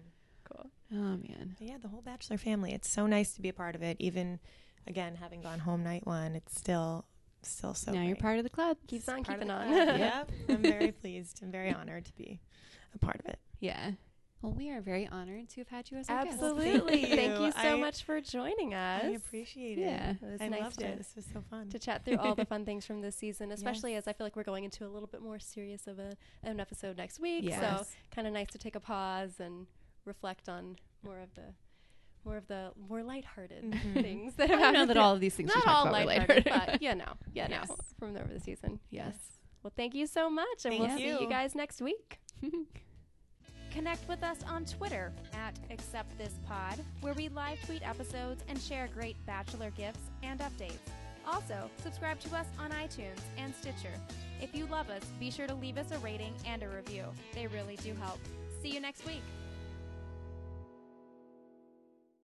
[SPEAKER 5] Cool.
[SPEAKER 7] Oh man.
[SPEAKER 6] But Mm-hmm. yeah, the whole Bachelor family. It's so nice to be a part of it. Even again, having gone home night one, it's still still so.
[SPEAKER 7] now you're
[SPEAKER 6] great.
[SPEAKER 7] part of the club.
[SPEAKER 5] Keeps on keeping on.
[SPEAKER 6] yep, I'm very pleased. I'm very honored to be a part of it.
[SPEAKER 7] Yeah. Well, we are very honored to have had you as our guest.
[SPEAKER 5] Absolutely.
[SPEAKER 6] Thank
[SPEAKER 5] Thank you
[SPEAKER 6] you.
[SPEAKER 5] so
[SPEAKER 6] I-
[SPEAKER 5] much for joining us.
[SPEAKER 6] I appreciate it.
[SPEAKER 7] Yeah.
[SPEAKER 5] It was
[SPEAKER 6] I
[SPEAKER 5] nice
[SPEAKER 6] loved
[SPEAKER 5] to-
[SPEAKER 6] it. This was so fun.
[SPEAKER 5] to chat through all the fun things from this season, especially as I feel like we're going into a little bit more serious of a, an episode next week. So
[SPEAKER 7] Yes.
[SPEAKER 5] kind of nice to take a pause and reflect on more of the more of the more lighthearted things that have
[SPEAKER 7] Mm-hmm. I don't know
[SPEAKER 5] happened.
[SPEAKER 7] that all of these things we
[SPEAKER 5] not
[SPEAKER 7] talk
[SPEAKER 5] all
[SPEAKER 7] about were
[SPEAKER 5] lighthearted,
[SPEAKER 7] lighthearted.
[SPEAKER 5] but you know, yeah,
[SPEAKER 7] Yes.
[SPEAKER 5] no, from over the season.
[SPEAKER 7] Yes.
[SPEAKER 5] Well, thank you so much, and we'll
[SPEAKER 6] Thank
[SPEAKER 5] see you
[SPEAKER 6] you.
[SPEAKER 5] guys next week.
[SPEAKER 4] Connect with us on Twitter at AcceptThisPod, where we live tweet episodes and share great Bachelor gifts and updates.
[SPEAKER 5] Also, subscribe to us on iTunes and Stitcher. If you love us, be sure to leave us a rating and a review. They really do help. See you next week.